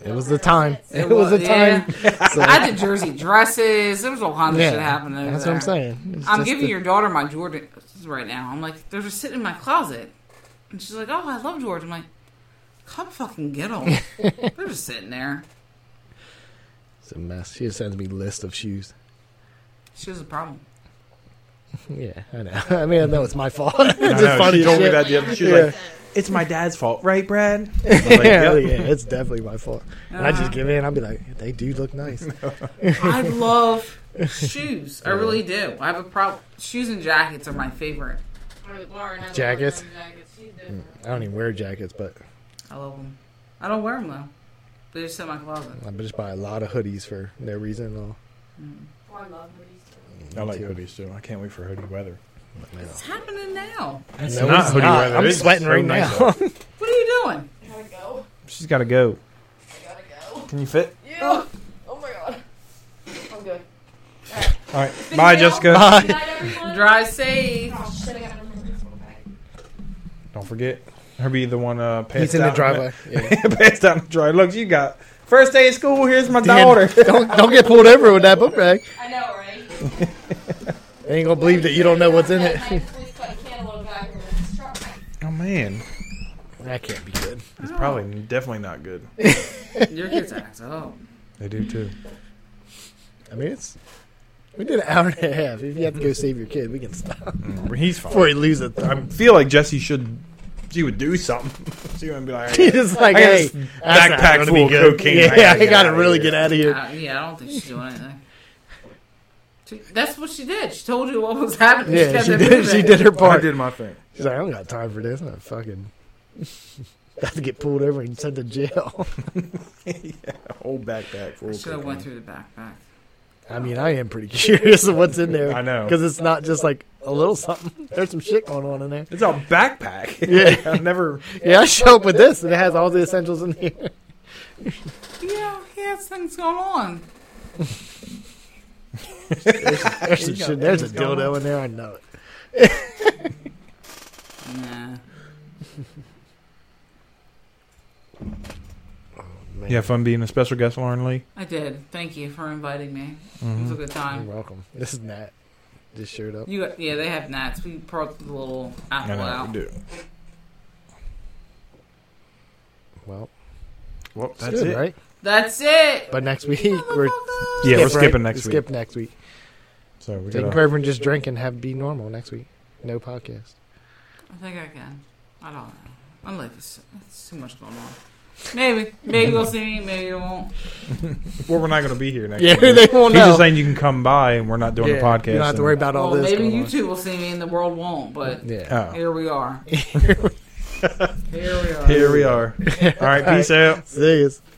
B: It was the time.
C: It
B: It, was,
C: was-
B: the time. So,
C: I did jersey dresses. There was a whole of
B: yeah,
C: shit happening. Over
B: that's
C: there.
B: what I'm saying. It's
C: I'm
B: just
C: giving
B: the-
C: your daughter my Jordans right now. I'm like, they're just sitting in my closet. And she's like, oh, I love Jordans. I'm like, come fucking get them. they're just sitting there.
B: It's a mess. She just sends me list of shoes.
C: She was a problem.
B: Yeah, I know. I mean, I know it's my fault.
A: I
B: it's just
A: know,
B: funny.
A: she
B: as
A: told me
B: shit.
A: that the other. She was
B: Yeah.
A: like, "It's my dad's fault, right, Brad?" I'm like,
B: yeah,
A: "Yep."
B: yeah, it's definitely my fault. And I
C: Uh-huh.
B: just give in. I'll be like, they do look nice.
C: I love shoes. I really do. I have a problem. Shoes and jackets are my favorite.
B: Jackets? Hmm.
F: Jackets. She's different.
B: I don't even wear jackets, but
C: I love them. I don't wear them though. They just sit in my closet.
B: I just buy a lot of hoodies for no reason at all.
F: Oh, I love hoodies. too.
A: I like hoodies too. I can't wait for hoodie weather.
C: It's happening now.
A: It's
B: No, it's not. I'm
A: It's
B: sweating
A: so
B: right
A: nice
B: now.
A: out.
C: What are you doing?
F: Gotta go.
A: She's got to go.
F: Gotta go.
A: Can you fit?
F: Yeah. Oh, my god. I'm good.
A: All right. Bye, Jessica.
F: Good night, everyone.
C: Drive safe.
F: Oh shit, I gotta remember this little bag.
A: Don't forget. Her be the one uh, passed
B: He's in the
A: out
B: driveway. Yeah.
A: passed out in the driveway. Look, you got first day of school. Here's my
B: Damn,
A: daughter.
B: don't don't get pulled over with that book bag.
F: I know, right?
B: They ain't gonna believe that you don't know what's in
F: Yeah,
B: it.
F: I just cut a cantaloupe out here with this truck.
A: Oh man,
B: That can't be good.
A: it's probably definitely not good.
C: Your kids act up.
A: They do too.
B: I mean, it's we did an hour and a half. If you have to go save your kid, we can stop
A: Mm, He's fine.
B: before he loses it.
A: I feel like Jesse should. She would do something. She would be like, "Hey,
B: It's like,
A: I got
B: hey,
A: this
B: that's not
A: backpack
B: gonna
A: full
B: be
A: of
B: good.
A: cocaine. I
B: Yeah,
A: gotta
B: I
A: get
B: gotta
A: outta
B: really
A: here.
B: get out of here.
C: Uh, yeah, I don't think she's doing anything. She- That's what she did. She told you what was happening.
B: Yeah,
C: kept
B: she
C: it
B: did.
C: moving.
B: She did her
A: I
B: part.
A: did my thing."
B: She's like, I don't got time for this. I'm fucking about to get pulled over and sent to jail.
A: Whole backpack full.
C: I
A: of
C: should have went
A: cocaine.
C: through the backpack.
B: I mean, I am pretty curious of what's in there.
A: I know.
B: because it's not just like a little something. There's some shit going on in there.
A: It's a backpack.
B: Yeah.
A: I've never.
B: Yeah, I show up with this, and it has all the essentials in here.
C: Yeah, he has things going on.
B: There's some shit. There's a dildo in there. I know it.
C: Nah.
B: Man,
A: You have fun being a special guest, Lauren Lee. Mm-hmm.
C: I did. Thank you for inviting me. It was a good
B: you're
C: time.
B: welcome. This is Nat. Just showed up.
C: You yeah, they have gnats. We brought the little apple
A: I know
C: out.
A: we do.
B: Well,
A: Well,
B: It's
A: that's
B: good,
A: it.
B: right?
C: That's it.
B: But next week we're
C: Motherfucker.
A: Yeah, we're
B: skip, right?
A: skipping next
B: We
A: week.
B: Skip next week.
A: So we
B: Take
A: gotta,
B: Kirby and just drink and have be normal next week. No podcast.
C: I think I can. I don't know. My life is it's too much going on. Maybe, maybe you'll see me. Maybe you won't.
A: well, we're not going to be here next
B: Yeah,
A: week.
B: they won't
A: He's
B: know.
A: just saying you can come by and we're not doing
B: Yeah,
A: the podcast.
B: You don't have to worry about all
C: Well,
B: this.
C: maybe
B: going
C: you
B: on.
C: two will see me, and the world won't. But
B: Yeah.
A: and-
C: here we are.
B: Here
C: Here we are.
A: Oh. Here we are. All right, peace out.
B: See yous.